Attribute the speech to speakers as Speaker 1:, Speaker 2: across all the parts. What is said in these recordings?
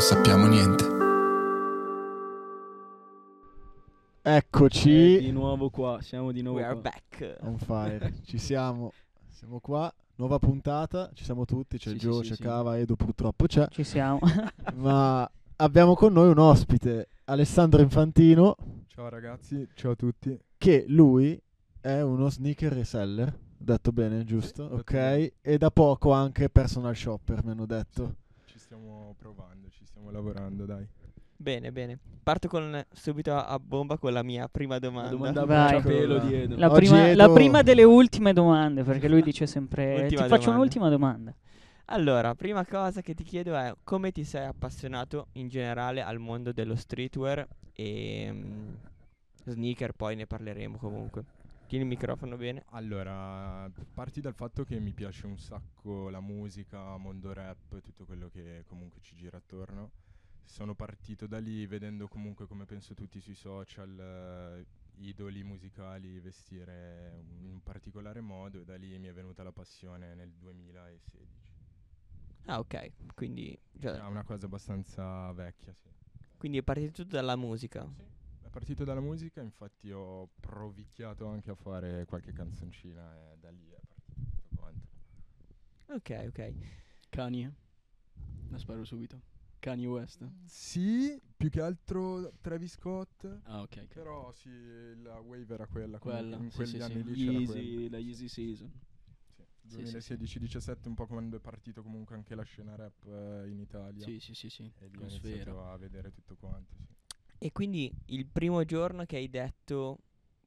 Speaker 1: sappiamo niente.
Speaker 2: Eccoci.
Speaker 3: Eh, di nuovo qua, siamo di nuovo
Speaker 4: We are
Speaker 3: qua.
Speaker 4: back.
Speaker 2: On fire. Ci siamo. Siamo qua. Nuova puntata. Ci siamo tutti. C'è
Speaker 3: Sì, sì,
Speaker 2: Gio,
Speaker 3: sì,
Speaker 2: c'è
Speaker 3: sì.
Speaker 2: Cava, Edo purtroppo c'è.
Speaker 5: Ci siamo.
Speaker 2: Ma abbiamo con noi un ospite, Alessandro Infantino,
Speaker 6: Ciao ragazzi, ciao a tutti.
Speaker 2: che lui è uno sneaker reseller. Detto bene, giusto?
Speaker 6: detto
Speaker 2: ok.
Speaker 6: bene.
Speaker 2: E da poco anche personal shopper, mi hanno detto.
Speaker 6: Ci stiamo provando, ci stiamo lavorando, dai.
Speaker 4: Bene, bene. Parto con, subito a, a bomba con la mia prima
Speaker 3: La
Speaker 4: domanda.
Speaker 3: domanda a
Speaker 5: Vai.
Speaker 3: bruciapelo
Speaker 6: Allora.
Speaker 3: di Edo.
Speaker 5: La
Speaker 2: Oggi
Speaker 5: prima,
Speaker 2: Edo-
Speaker 5: la prima delle ultime domande, perché lui dice sempre:
Speaker 4: Ultima
Speaker 5: Ti
Speaker 4: domanda.
Speaker 5: faccio un'ultima domanda.
Speaker 4: Allora, prima cosa che ti chiedo è come ti sei appassionato in generale al mondo dello streetwear e mm, sneaker, poi ne parleremo comunque. Tieni il microfono bene.
Speaker 6: Allora, parti dal fatto che mi piace un sacco la musica, mondo rap, tutto quello che comunque ci gira attorno. Sono partito da lì vedendo comunque, come penso tutti sui social, eh, idoli musicali vestire in un particolare modo e da lì mi è venuta la passione nel 2016.
Speaker 4: Ah, ok. Quindi, già-
Speaker 6: È una cosa abbastanza vecchia, sì.
Speaker 4: quindi è partito tutto dalla musica.
Speaker 6: È partito dalla musica, infatti ho provicchiato anche a fare qualche canzoncina e da lì è partito tutto quanto.
Speaker 4: Ok, ok.
Speaker 3: Kanye. La sparo subito. Kanye West.
Speaker 6: Sì, più che altro Travis Scott,
Speaker 3: Ah, ok. ok.
Speaker 6: però sì, la wave era quella, comunque
Speaker 3: Quella,
Speaker 6: in
Speaker 3: sì,
Speaker 6: quegli
Speaker 3: sì,
Speaker 6: anni
Speaker 3: sì.
Speaker 6: lì c'era quella.
Speaker 3: Yeezy, la Yeezy Season. sì, sì, sì.
Speaker 6: 2016-17 un po' quando è partito comunque anche la scena rap eh, in Italia.
Speaker 3: Sì, sì, sì, sì.
Speaker 6: E lì ho
Speaker 3: Con
Speaker 6: iniziato
Speaker 3: Sfera.
Speaker 6: a vedere tutto quanto, sì.
Speaker 4: E quindi il primo giorno che hai detto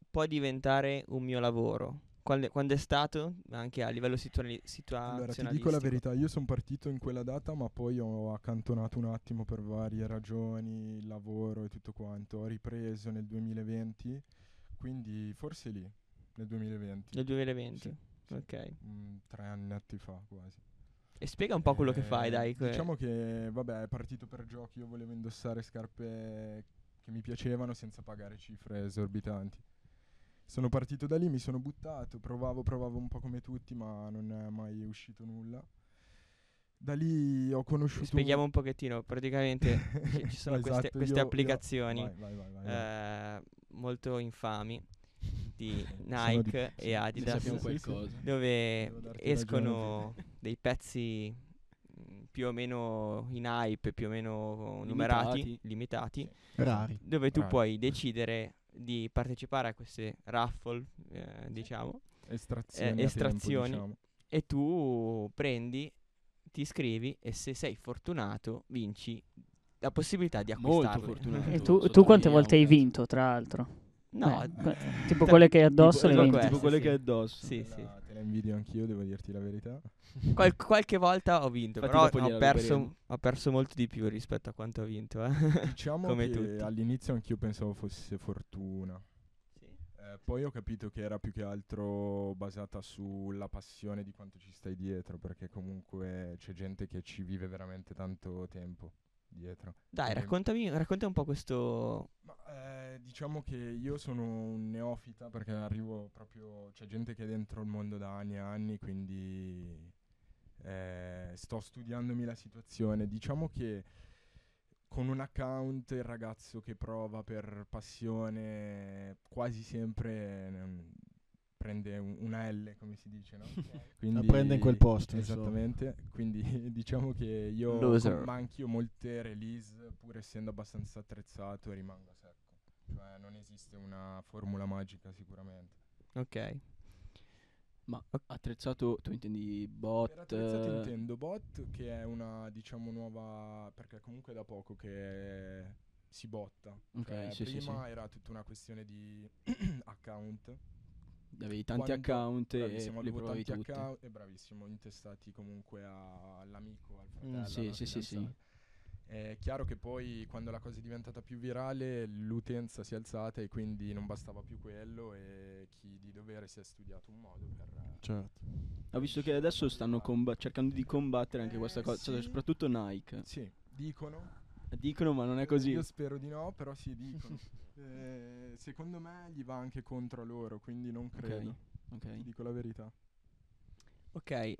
Speaker 4: può diventare un mio lavoro. Quando, quando è stato? Anche a livello situali-
Speaker 6: Allora,
Speaker 4: situazionalistico.
Speaker 6: ti dico la verità, io sono partito in quella data, ma poi ho accantonato un attimo per varie ragioni, il lavoro e tutto quanto. Ho ripreso nel 2020, quindi forse lì, nel 2020,
Speaker 4: Nel 2020.
Speaker 6: Sì, sì.
Speaker 4: Ok.
Speaker 6: mm, tre anni fa quasi.
Speaker 4: E spiega un po' quello che fai,
Speaker 6: Eh,
Speaker 4: dai. que-
Speaker 6: Diciamo che, vabbè, è partito per giochi, io volevo indossare scarpe che mi piacevano senza pagare cifre esorbitanti. Sono partito da lì, mi sono buttato, provavo, provavo un po' come tutti, ma non è mai uscito nulla. Da lì ho conosciuto...
Speaker 4: Spieghiamo un pochettino, praticamente ci- ci sono queste-
Speaker 6: Esatto,
Speaker 4: queste
Speaker 6: io- io-
Speaker 4: applicazioni,
Speaker 6: vai, vai, vai, vai, vai.
Speaker 4: eh, molto infami di
Speaker 6: Sono di-
Speaker 4: Nike
Speaker 6: sì,
Speaker 4: e
Speaker 3: Ne
Speaker 4: Adidas
Speaker 3: sappiamo
Speaker 6: Sì, sì, sì.
Speaker 3: qualcosa.
Speaker 6: Devo
Speaker 4: dove
Speaker 6: darti
Speaker 4: escono dei pezzi mh, più o meno in hype, più o meno numerati,
Speaker 3: Limitati.
Speaker 4: limitati,
Speaker 2: Rari.
Speaker 4: dove tu
Speaker 6: Rari.
Speaker 4: puoi decidere di partecipare a queste raffle, eh, diciamo,
Speaker 6: Estrazioni. a tempo,
Speaker 4: estrazioni.
Speaker 6: diciamo.
Speaker 4: e tu prendi, ti iscrivi e se sei fortunato vinci la possibilità di
Speaker 3: Molto
Speaker 4: acquistarle.
Speaker 3: fortunato.
Speaker 5: E tu, tu quante volte hai
Speaker 3: sottolineiamo,
Speaker 5: vinto, tra l'altro?
Speaker 4: No,
Speaker 5: Eh,
Speaker 4: d-
Speaker 5: que- tipo quelle che hai addosso le
Speaker 4: tipo
Speaker 5: hai vinte.
Speaker 4: queste,
Speaker 3: Tipo quelle
Speaker 4: sì.
Speaker 3: che è addosso.
Speaker 4: sì,
Speaker 6: Te
Speaker 4: sì.
Speaker 6: la- Te la invidio anch'io, devo dirti la verità.
Speaker 4: Qual- qualche volta ho vinto,
Speaker 3: Infatti dopo
Speaker 4: però ho
Speaker 3: gliela
Speaker 4: perso,
Speaker 3: ruberemo.
Speaker 4: ho perso molto di più rispetto a quanto ho vinto. eh.
Speaker 6: Diciamo
Speaker 4: Come
Speaker 6: che
Speaker 4: tutti.
Speaker 6: all'inizio anch'io pensavo fosse fortuna. Eh, poi ho capito che era più che altro basata sulla passione di quanto ci stai dietro, perché comunque c'è gente che ci vive veramente tanto tempo dietro.
Speaker 4: Dai,
Speaker 6: Quindi-
Speaker 4: raccontami, racconta un po' questo...
Speaker 6: Ma, eh, diciamo che io sono un neofita perché arrivo proprio. C'è gente che è dentro il mondo da anni e anni, quindi eh, sto studiandomi la situazione. Diciamo che con un account il ragazzo che prova per passione quasi sempre mm, prende un- una L, come si dice, no?
Speaker 2: La
Speaker 6: Quindi-
Speaker 2: prende in quel
Speaker 3: Cioè,
Speaker 2: posto. insomma.
Speaker 6: Esattamente, quindi diciamo che io
Speaker 4: Loser.
Speaker 6: com- ma anch'io molte release, pur essendo abbastanza attrezzato, rimango secco. Cioè non esiste una formula magica sicuramente.
Speaker 4: Ok.
Speaker 3: Attrezzato, tu intendi bot.
Speaker 6: Per attrezzato
Speaker 3: eh,
Speaker 6: intendo bot, che è una diciamo nuova, perché comunque è da poco che si botta.
Speaker 3: Ok,
Speaker 6: Cioè,
Speaker 3: sì, sì,
Speaker 6: prima
Speaker 3: sì.
Speaker 6: era tutta una questione di account.
Speaker 3: Avevi tanti
Speaker 6: Quando-
Speaker 3: account e le
Speaker 6: Bravissimo, avevo
Speaker 3: provavi
Speaker 6: tanti
Speaker 3: tutte.
Speaker 6: account e bravissimo, intestati comunque a- all'amico, al fratello.
Speaker 3: Mm, sì,
Speaker 6: alla
Speaker 3: sì, sì, sì.
Speaker 6: fidanzata. È chiaro che poi quando la cosa è diventata più virale l'utenza si è alzata e quindi non bastava più quello e chi di dovere si è studiato un modo per...
Speaker 2: Certo.
Speaker 3: Ho visto che adesso stanno comba- cercando di combattere anche
Speaker 6: Eh,
Speaker 3: questa cosa, cioè,
Speaker 6: sì.
Speaker 3: soprattutto Nike.
Speaker 6: Sì, dicono.
Speaker 3: Dicono ma non è così.
Speaker 6: Io spero di no, però sì, dicono. Eh, secondo me gli va anche contro loro, quindi non credo.
Speaker 3: Ok.
Speaker 6: Ti dico la verità.
Speaker 4: Ok,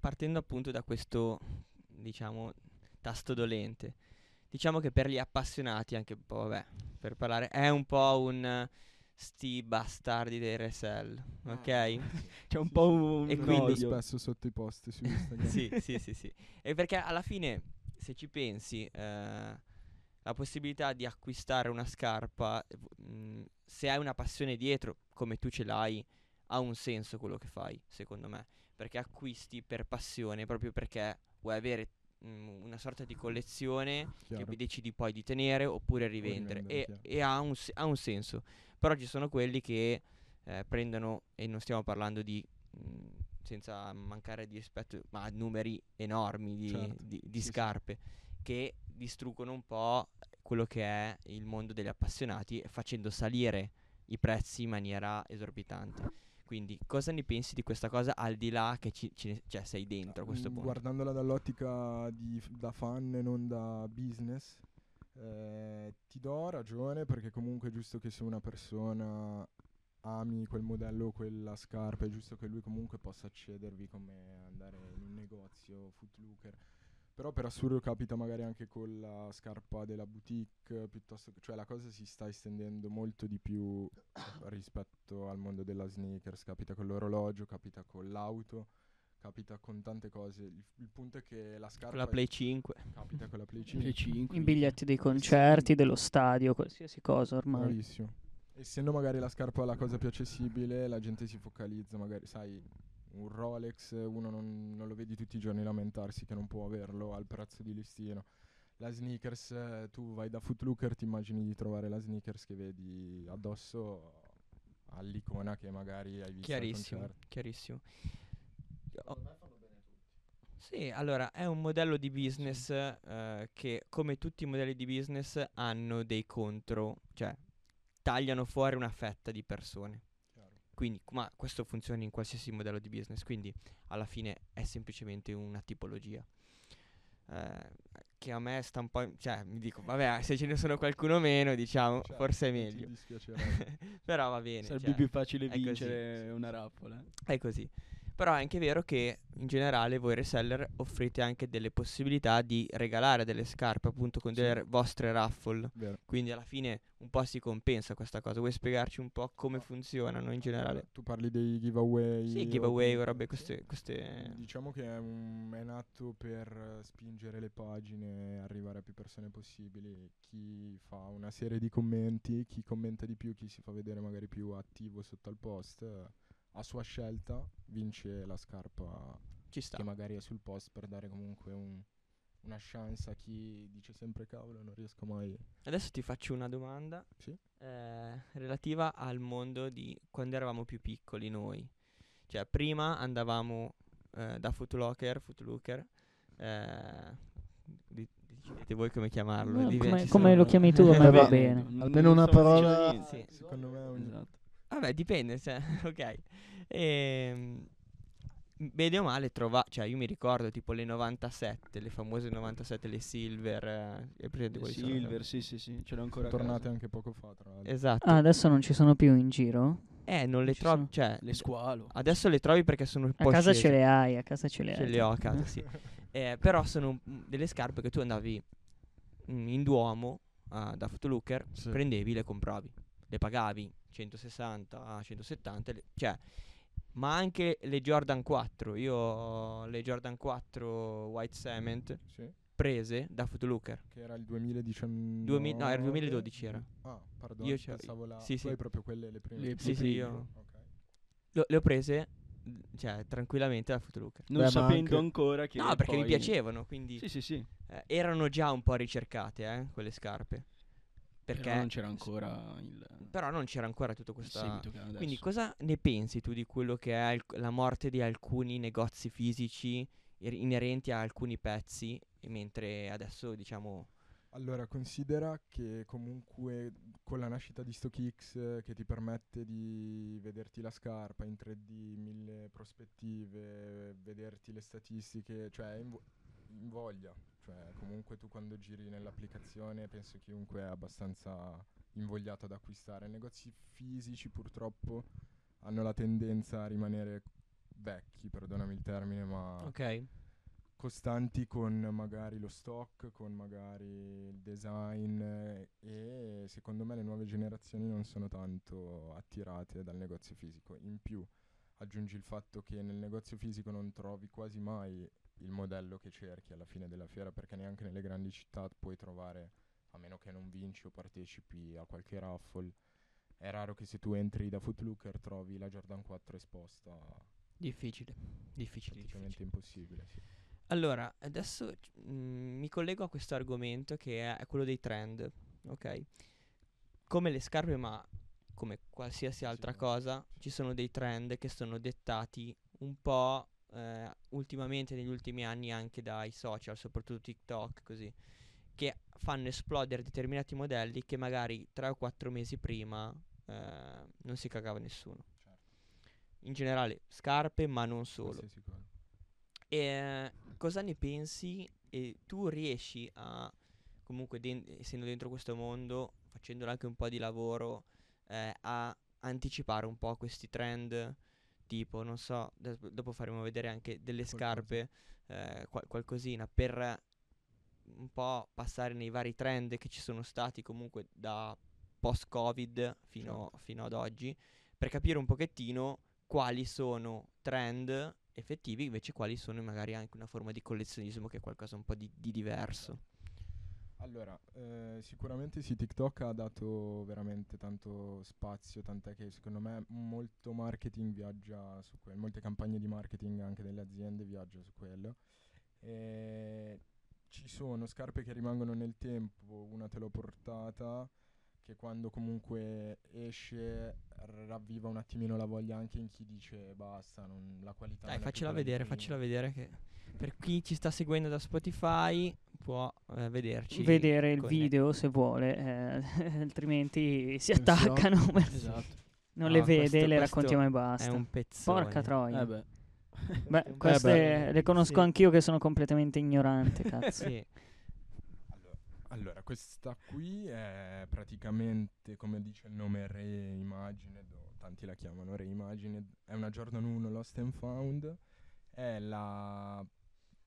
Speaker 4: partendo appunto da questo, diciamo, tasto dolente, diciamo che per gli appassionati, anche un po', vabbè, per parlare, è un po' un eh, sti bastardi dei RSL,
Speaker 3: Ah,
Speaker 4: ok?
Speaker 3: C'è un po' un
Speaker 4: E
Speaker 3: un
Speaker 4: quindi-
Speaker 6: Quindi
Speaker 3: odio.
Speaker 6: spesso sotto i post su Instagram.
Speaker 4: sì, sì, sì, sì. E perché alla fine, se ci pensi, eh, la possibilità di acquistare una scarpa, eh, v- mh, se hai una passione dietro, come tu ce l'hai, ha un senso quello che fai, secondo me. Perché acquisti per passione, proprio perché vuoi avere mh, una sorta di collezione
Speaker 6: Chiaro.
Speaker 4: che poi decidi poi di tenere oppure rivendere.
Speaker 6: rivendere,
Speaker 4: e e ha, un, se- ha un senso. Però ci sono quelli che eh, prendono, e non stiamo parlando di, mh, senza mancare di rispetto, ma numeri enormi di,
Speaker 6: Certo,
Speaker 4: di- di
Speaker 6: sì.
Speaker 4: scarpe, che distruggono un po' quello che è il mondo degli appassionati, eh, facendo salire i prezzi in maniera esorbitante. Quindi cosa ne pensi di questa cosa al di là che ci, ci ne- cioè, sei dentro a questo
Speaker 6: Mm,
Speaker 4: punto?
Speaker 6: Guardandola dall'ottica di f- da fan e non da business, eh, ti do ragione perché comunque è giusto che se una persona ami quel modello o quella scarpa, è giusto che lui comunque possa accedervi come andare in un negozio footlooker. Però per assurdo capita magari anche con la scarpa della boutique, piuttosto che, cioè la cosa si sta estendendo molto di più rispetto al mondo della sneakers, capita con l'orologio, capita con l'auto, capita con tante cose. Il, il punto è che la scarpa
Speaker 4: Con la
Speaker 6: è-
Speaker 4: Play 5.
Speaker 6: capita con la Play 5.
Speaker 3: Play 5.
Speaker 5: I biglietti dei concerti, dello stadio, qualsiasi cosa ormai.
Speaker 6: Bravissimo. Essendo magari la scarpa la cosa più accessibile, la gente si focalizza, magari sai, un Rolex uno non, non lo vedi tutti i giorni lamentarsi che non può averlo al prezzo di listino. La sneakers, eh, tu vai da Footlooker, ti immagini di trovare la sneakers che vedi addosso all'icona che magari hai visto al
Speaker 4: Chiarissimo,
Speaker 6: concerto.
Speaker 4: chiarissimo. Oh. Sì, allora è un modello di business eh, che come tutti i modelli di business hanno dei contro, cioè tagliano fuori una fetta di persone.
Speaker 6: Chiaro.
Speaker 4: Quindi, ma questo funziona in qualsiasi modello di business, quindi alla fine è semplicemente una tipologia. Eh, che a me sta un po'... in- cioè, mi dico, vabbè, se ce ne sono qualcuno meno, diciamo,
Speaker 6: Certo,
Speaker 4: forse è
Speaker 6: non
Speaker 4: meglio.
Speaker 6: Ti dispiacerebbe.
Speaker 4: Però va bene.
Speaker 3: Sarebbe
Speaker 4: cioè.
Speaker 3: più facile
Speaker 4: è così.
Speaker 3: vincere una rappola.
Speaker 4: È così. Però è anche vero che in generale voi reseller offrite anche delle possibilità di regalare delle scarpe appunto con delle
Speaker 6: Sì.
Speaker 4: r- vostre raffle.
Speaker 6: Vero.
Speaker 4: Quindi alla fine un po' si compensa questa cosa. Vuoi spiegarci un po' come funzionano in generale?
Speaker 6: Tu parli dei giveaway.
Speaker 4: Sì,
Speaker 6: o
Speaker 4: giveaway,
Speaker 6: comunque-
Speaker 4: robe,
Speaker 6: Sì.
Speaker 4: queste...
Speaker 3: Eh,
Speaker 4: queste...
Speaker 6: Diciamo che è, un, è nato per eh, spingere le pagine, arrivare a più persone possibili. Chi fa una serie di commenti, chi commenta di più, chi si fa vedere magari più attivo sotto al post, eh, a sua scelta vince la scarpa
Speaker 4: Ci sta.
Speaker 6: che magari è sul post per dare comunque un- una chance a chi dice sempre cavolo non riesco mai.
Speaker 4: Adesso ti faccio una domanda
Speaker 6: Sì.
Speaker 4: eh, relativa al mondo di quando eravamo più piccoli noi. Cioè, prima andavamo eh, da Footlocker, Footlooker, eh, di- decidete voi come chiamarlo.
Speaker 5: No,
Speaker 4: diven-
Speaker 5: come-
Speaker 4: ci
Speaker 5: come
Speaker 4: sono-
Speaker 5: lo chiami tu, a me
Speaker 2: Eh,
Speaker 5: va
Speaker 2: va-
Speaker 5: bene.
Speaker 2: Almeno una
Speaker 3: so se ci
Speaker 2: parola-
Speaker 3: sono niente.
Speaker 4: Sì.
Speaker 6: Secondo me ogni-
Speaker 3: Esatto.
Speaker 4: Vabbè, dipende, cioè, ok. Ehm, bene o male, trova, cioè, io mi ricordo tipo le 97, le famose 97, le Silver, eh, è presente quali sono?
Speaker 3: Silver, sì, sì, sì, ce l'ho ancora. a
Speaker 6: Tornate
Speaker 3: casa.
Speaker 6: anche poco fa, tra l'altro.
Speaker 4: Esatto.
Speaker 5: Ah, adesso non ci sono più in giro?
Speaker 4: eh, non le
Speaker 5: ci
Speaker 4: trovi,
Speaker 5: sono.
Speaker 4: cioè,
Speaker 3: Le squalo.
Speaker 4: adesso le trovi perché sono un
Speaker 5: A
Speaker 4: po'
Speaker 5: casa
Speaker 4: scese.
Speaker 5: ce le hai, a casa ce le hai.
Speaker 4: Ce le ho a casa, sì. Eh, però sono un- m, delle scarpe che tu andavi mm, in Duomo ah, da Fotolooker,
Speaker 2: Sì.
Speaker 4: prendevi, le compravi, le pagavi 160, 170, le- cioè, ma anche le Jordan 4. Io ho le Jordan 4 White Cement
Speaker 3: Eh,
Speaker 6: Sì,
Speaker 4: prese da Fotolooker.
Speaker 6: che era il 2019.
Speaker 4: Duemi- no, era il 2012 era.
Speaker 6: Ah, perdono,
Speaker 4: Io
Speaker 6: io
Speaker 4: c'ho-
Speaker 6: pensavo la...
Speaker 4: sì,
Speaker 6: tu
Speaker 4: sì.
Speaker 6: hai proprio quelle le prime.
Speaker 3: Le-
Speaker 4: Sì, sì,
Speaker 3: prime.
Speaker 4: io
Speaker 6: Ok.
Speaker 4: lo- le ho prese, mm, cioè, tranquillamente da Fotolooker.
Speaker 3: Non
Speaker 2: Beh, ma
Speaker 3: sapendo
Speaker 2: anche-
Speaker 3: ancora che.
Speaker 4: No, perché mi
Speaker 3: poi-
Speaker 4: piacevano, quindi
Speaker 3: Sì, sì, sì.
Speaker 4: eh, erano già un po' ricercate, eh, quelle scarpe. Perché
Speaker 3: Però non c'era ancora il, il
Speaker 4: però non c'era ancora tutto questo
Speaker 3: seguito che hanno
Speaker 4: Quindi
Speaker 3: adesso.
Speaker 4: cosa ne pensi tu di quello che è alc- la morte di alcuni negozi fisici ir- inerenti a alcuni pezzi, e mentre adesso diciamo...
Speaker 6: Allora, considera che comunque con la nascita di StockX eh, che ti permette di vederti la scarpa in 3D, mille prospettive, vederti le statistiche, cioè in, voglia. Cioè, comunque tu quando giri nell'applicazione penso chiunque è abbastanza invogliato ad acquistare. I negozi fisici purtroppo hanno la tendenza a rimanere vecchi, perdonami il termine, ma
Speaker 4: Ok.
Speaker 6: costanti con magari lo stock, con magari il design eh, e secondo me le nuove generazioni non sono tanto attirate dal negozio fisico. In più aggiungi il fatto che nel negozio fisico non trovi quasi mai il modello che cerchi alla fine della fiera perché neanche nelle grandi città puoi trovare, a meno che non vinci o partecipi a qualche raffle, è raro che se tu entri da Footlooker trovi la Jordan 4 esposta,
Speaker 4: Difficile, difficile, difficile.
Speaker 6: praticamente impossibile. sì.
Speaker 4: Allora, adesso c- mm, mi collego a questo argomento che è- è quello dei trend, ok? Come le scarpe, ma come qualsiasi altra
Speaker 6: no,
Speaker 4: cosa,
Speaker 6: sì.
Speaker 4: ci sono dei trend che sono dettati un po' eh, ultimamente, negli ultimi anni, anche dai social, soprattutto TikTok, così, che fanno esplodere determinati modelli che magari tre o quattro mesi prima eh, non si cagava nessuno. In generale, scarpe, ma non solo.
Speaker 6: Qualsiasi cosa.
Speaker 4: E Eh, cosa ne pensi? E tu riesci a, comunque, den- essendo dentro questo mondo, facendolo anche un po' di lavoro, eh, a anticipare un po' questi trend? Tipo, non so, des- dopo faremo vedere anche delle
Speaker 6: Qualcosa.
Speaker 4: scarpe, eh, qual- qualcosina, per eh, un po' passare nei vari trend che ci sono stati comunque da post-Covid fino, fino ad oggi, per capire un pochettino quali sono trend effettivi, invece quali sono magari anche una forma di collezionismo che è qualcosa un po' di, di diverso.
Speaker 6: Allora, eh, sicuramente sì, TikTok ha dato veramente tanto spazio, tant'è che secondo me molto marketing viaggia su quello, molte campagne di marketing anche delle aziende viaggiano su quello. E ci sono scarpe che rimangono nel tempo, una te l'ho portata, che quando comunque esce ravviva un attimino la voglia anche in chi dice basta, non- la qualità...
Speaker 4: Dai,
Speaker 6: non è più
Speaker 4: faccela
Speaker 6: quella di
Speaker 4: vedere,
Speaker 6: prima".
Speaker 4: faccela vedere che per chi ci sta seguendo da Spotify può eh, vederci.
Speaker 5: Vedere il
Speaker 4: con-
Speaker 5: video se vuole, eh, altrimenti si
Speaker 2: Attenzione.
Speaker 5: attaccano.
Speaker 3: Esatto.
Speaker 5: Non
Speaker 4: Ah,
Speaker 5: le vede,
Speaker 4: questo-
Speaker 5: le
Speaker 4: questo
Speaker 5: raccontiamo e
Speaker 4: È
Speaker 5: basta.
Speaker 4: un pezzone.
Speaker 5: Porca troia.
Speaker 3: Eh beh.
Speaker 5: Beh,
Speaker 4: Eh
Speaker 5: queste
Speaker 4: beh.
Speaker 5: le conosco
Speaker 4: Sì.
Speaker 5: anch'io che sono completamente ignorante, cazzo.
Speaker 4: Sì.
Speaker 6: Allora, allora, questa qui è praticamente, come dice il nome, Reimagined, o tanti la chiamano Reimagined, è una Jordan 1 Lost and Found, è la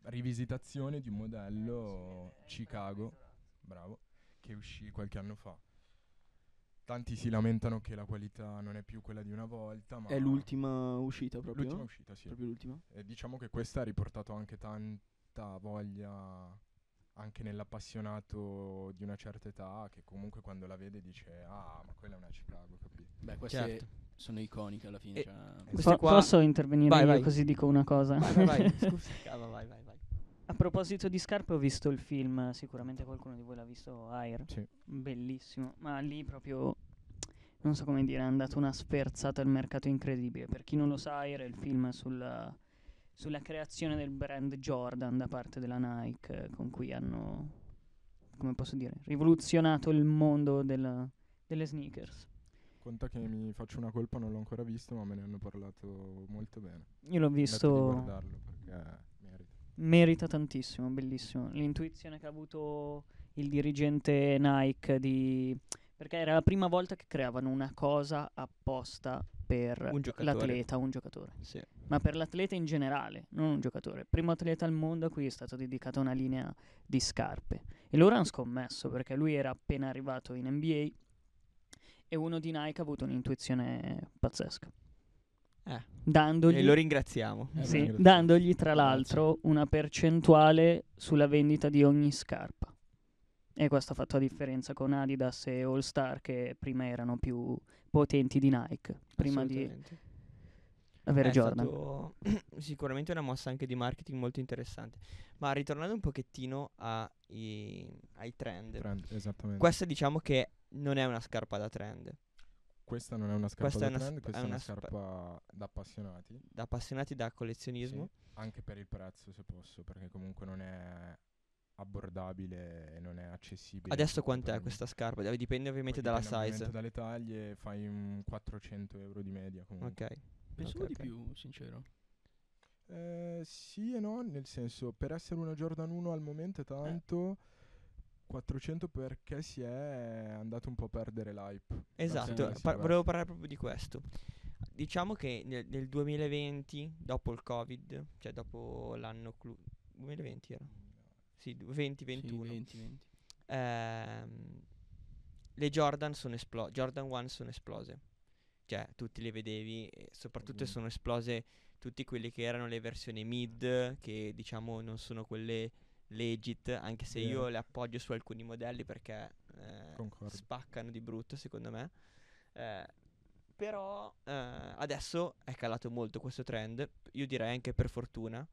Speaker 6: rivisitazione di un modello Chicago, bravo, che uscì qualche anno fa. Tanti si lamentano che la qualità non è più quella di una volta, ma...
Speaker 3: È l'ultima uscita proprio.
Speaker 6: l'ultima uscita, sì.
Speaker 3: Proprio l'ultima.
Speaker 6: E diciamo che questa ha riportato anche tanta voglia anche nell'appassionato di una certa età che comunque quando la vede dice ah ma quella è una Chicago capì?
Speaker 3: Beh, queste
Speaker 4: Certo.
Speaker 3: sono iconiche alla fine.
Speaker 4: E-
Speaker 3: cioè-
Speaker 4: queste
Speaker 5: Po-
Speaker 4: qua-
Speaker 5: Posso intervenire
Speaker 4: Vai,
Speaker 5: io
Speaker 4: vai.
Speaker 5: così dico una cosa?
Speaker 4: Vai, vai, vai. Scusa, ah, va- vai, vai, vai.
Speaker 5: A proposito di scarpe, ho visto il film, sicuramente qualcuno di voi l'ha visto, Air.
Speaker 6: Sì.
Speaker 5: Bellissimo, ma lì proprio, non so come dire, è andata una sferzata al mercato incredibile. Per chi non lo sa, Air è il film sulla, sulla creazione del brand Jordan da parte della Nike, eh, con cui hanno, come posso dire, rivoluzionato il mondo della- delle sneakers.
Speaker 6: Conta che mi faccio una colpa, non l'ho ancora visto ma me ne hanno parlato molto bene.
Speaker 5: Io l'ho
Speaker 6: Andate di
Speaker 5: visto...
Speaker 6: guardarlo perché merita.
Speaker 5: merita tantissimo, bellissimo. L'intuizione che ha avuto il dirigente Nike di... perché era la prima volta che creavano una cosa apposta per
Speaker 4: Un giocatore.
Speaker 5: l'atleta, un giocatore,
Speaker 4: Sì.
Speaker 5: ma per l'atleta in generale, non un giocatore. Primo atleta al mondo a cui è stata dedicata una linea di scarpe. E loro hanno scommesso perché lui era appena arrivato in NBA e uno di Nike ha avuto un'intuizione pazzesca.
Speaker 4: Eh.
Speaker 5: Dandogli
Speaker 4: E lo ringraziamo.
Speaker 6: Eh,
Speaker 5: sì,
Speaker 6: ringrazio.
Speaker 5: dandogli tra
Speaker 6: Grazie.
Speaker 5: l'altro una percentuale sulla vendita di ogni scarpa. E questo ha fatto la differenza con Adidas e All Star che prima erano più potenti di Nike, prima di
Speaker 4: Assolutamente.
Speaker 5: avere
Speaker 4: È
Speaker 5: Jordan.
Speaker 4: stato sicuramente una mossa anche di marketing molto interessante. Ma ritornando un pochettino ai, ai trend,
Speaker 6: Trend, esattamente.
Speaker 4: questa diciamo che non è una scarpa da trend.
Speaker 6: questa non è una scarpa
Speaker 4: questa
Speaker 6: da
Speaker 4: è una
Speaker 6: trend,
Speaker 4: sp-
Speaker 6: questa
Speaker 4: è
Speaker 6: è una
Speaker 4: una sp-
Speaker 6: scarpa da appassionati.
Speaker 4: Da appassionati da collezionismo,
Speaker 6: Anche per il prezzo se posso, perché comunque non è abbordabile e non è accessibile. a
Speaker 4: adesso
Speaker 6: tutti,
Speaker 4: quant'è
Speaker 6: probabilmente.
Speaker 4: questa scarpa? Dai, Dipende ovviamente
Speaker 6: Poi
Speaker 4: dalla
Speaker 6: dipende ovviamente
Speaker 4: size.
Speaker 6: dalle taglie fai un 400 euro di media comunque.
Speaker 4: Ok.
Speaker 3: Pensavo
Speaker 4: Ok,
Speaker 3: di
Speaker 4: ok.
Speaker 3: più, sincero.
Speaker 6: Eh, sì e no, nel senso, per essere una Jordan 1 al momento è tanto 400 perché si è andato un po' a perdere l'hype.
Speaker 4: Esatto,
Speaker 6: Sì, sì,
Speaker 4: par-
Speaker 6: beh.
Speaker 4: volevo parlare proprio di questo. Diciamo che nel, nel 2020, dopo il Covid, cioè dopo l'anno clu- 2020 era. Sì, 2021.
Speaker 3: 20, 20.
Speaker 4: Ehm, le Jordan sono esplose. Jordan 1 sono esplose. Cioè, tutti le vedevi, e soprattutto
Speaker 6: Mm.
Speaker 4: sono esplose tutti quelli che erano le versioni mid, che diciamo non sono quelle legit, anche se
Speaker 6: Vero.
Speaker 4: io le appoggio su alcuni modelli perché eh,
Speaker 6: Concordo.
Speaker 4: spaccano di brutto, secondo me. Eh, però eh, adesso è calato molto questo trend, io direi anche per fortuna,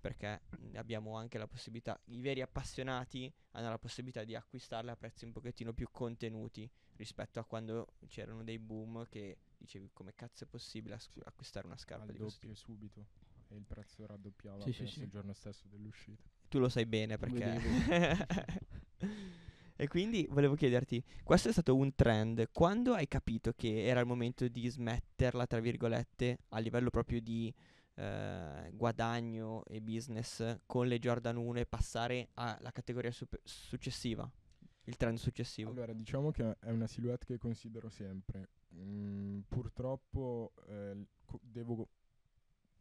Speaker 4: perché mm, abbiamo anche la possibilità, i veri appassionati hanno la possibilità di acquistarle a prezzi un pochettino più contenuti rispetto a quando c'erano dei boom che dicevi come cazzo è possibile as-
Speaker 6: Sì.
Speaker 4: acquistare una scarpa
Speaker 6: al
Speaker 4: di questo
Speaker 6: doppio subito e il prezzo raddoppiava
Speaker 3: Sì, sì,
Speaker 6: penso
Speaker 3: sì.
Speaker 6: il giorno stesso dell'uscita.
Speaker 4: tipo? Tu lo sai bene
Speaker 3: Lo
Speaker 4: perché...
Speaker 3: vedevo.
Speaker 4: e quindi volevo chiederti, questo è stato un trend, quando hai capito che era il momento di smetterla, tra virgolette, a livello proprio di eh, guadagno e business con le Jordan 1 e passare alla categoria sup- successiva? Il trend successivo.
Speaker 6: Allora, diciamo che è una silhouette che considero sempre. Mm, purtroppo eh, l- co- devo co-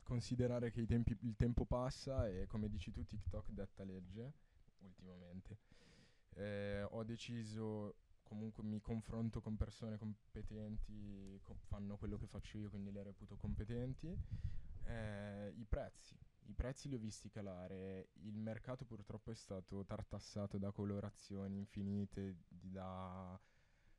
Speaker 6: considerare che i tempi- il tempo passa e come dici tu TikTok detta legge ultimamente. Eh, ho deciso, comunque mi confronto con persone competenti, co- fanno quello che faccio io, quindi le reputo competenti. Eh, I prezzi. I prezzi li ho visti calare, il mercato purtroppo è stato tartassato da colorazioni infinite, di- da...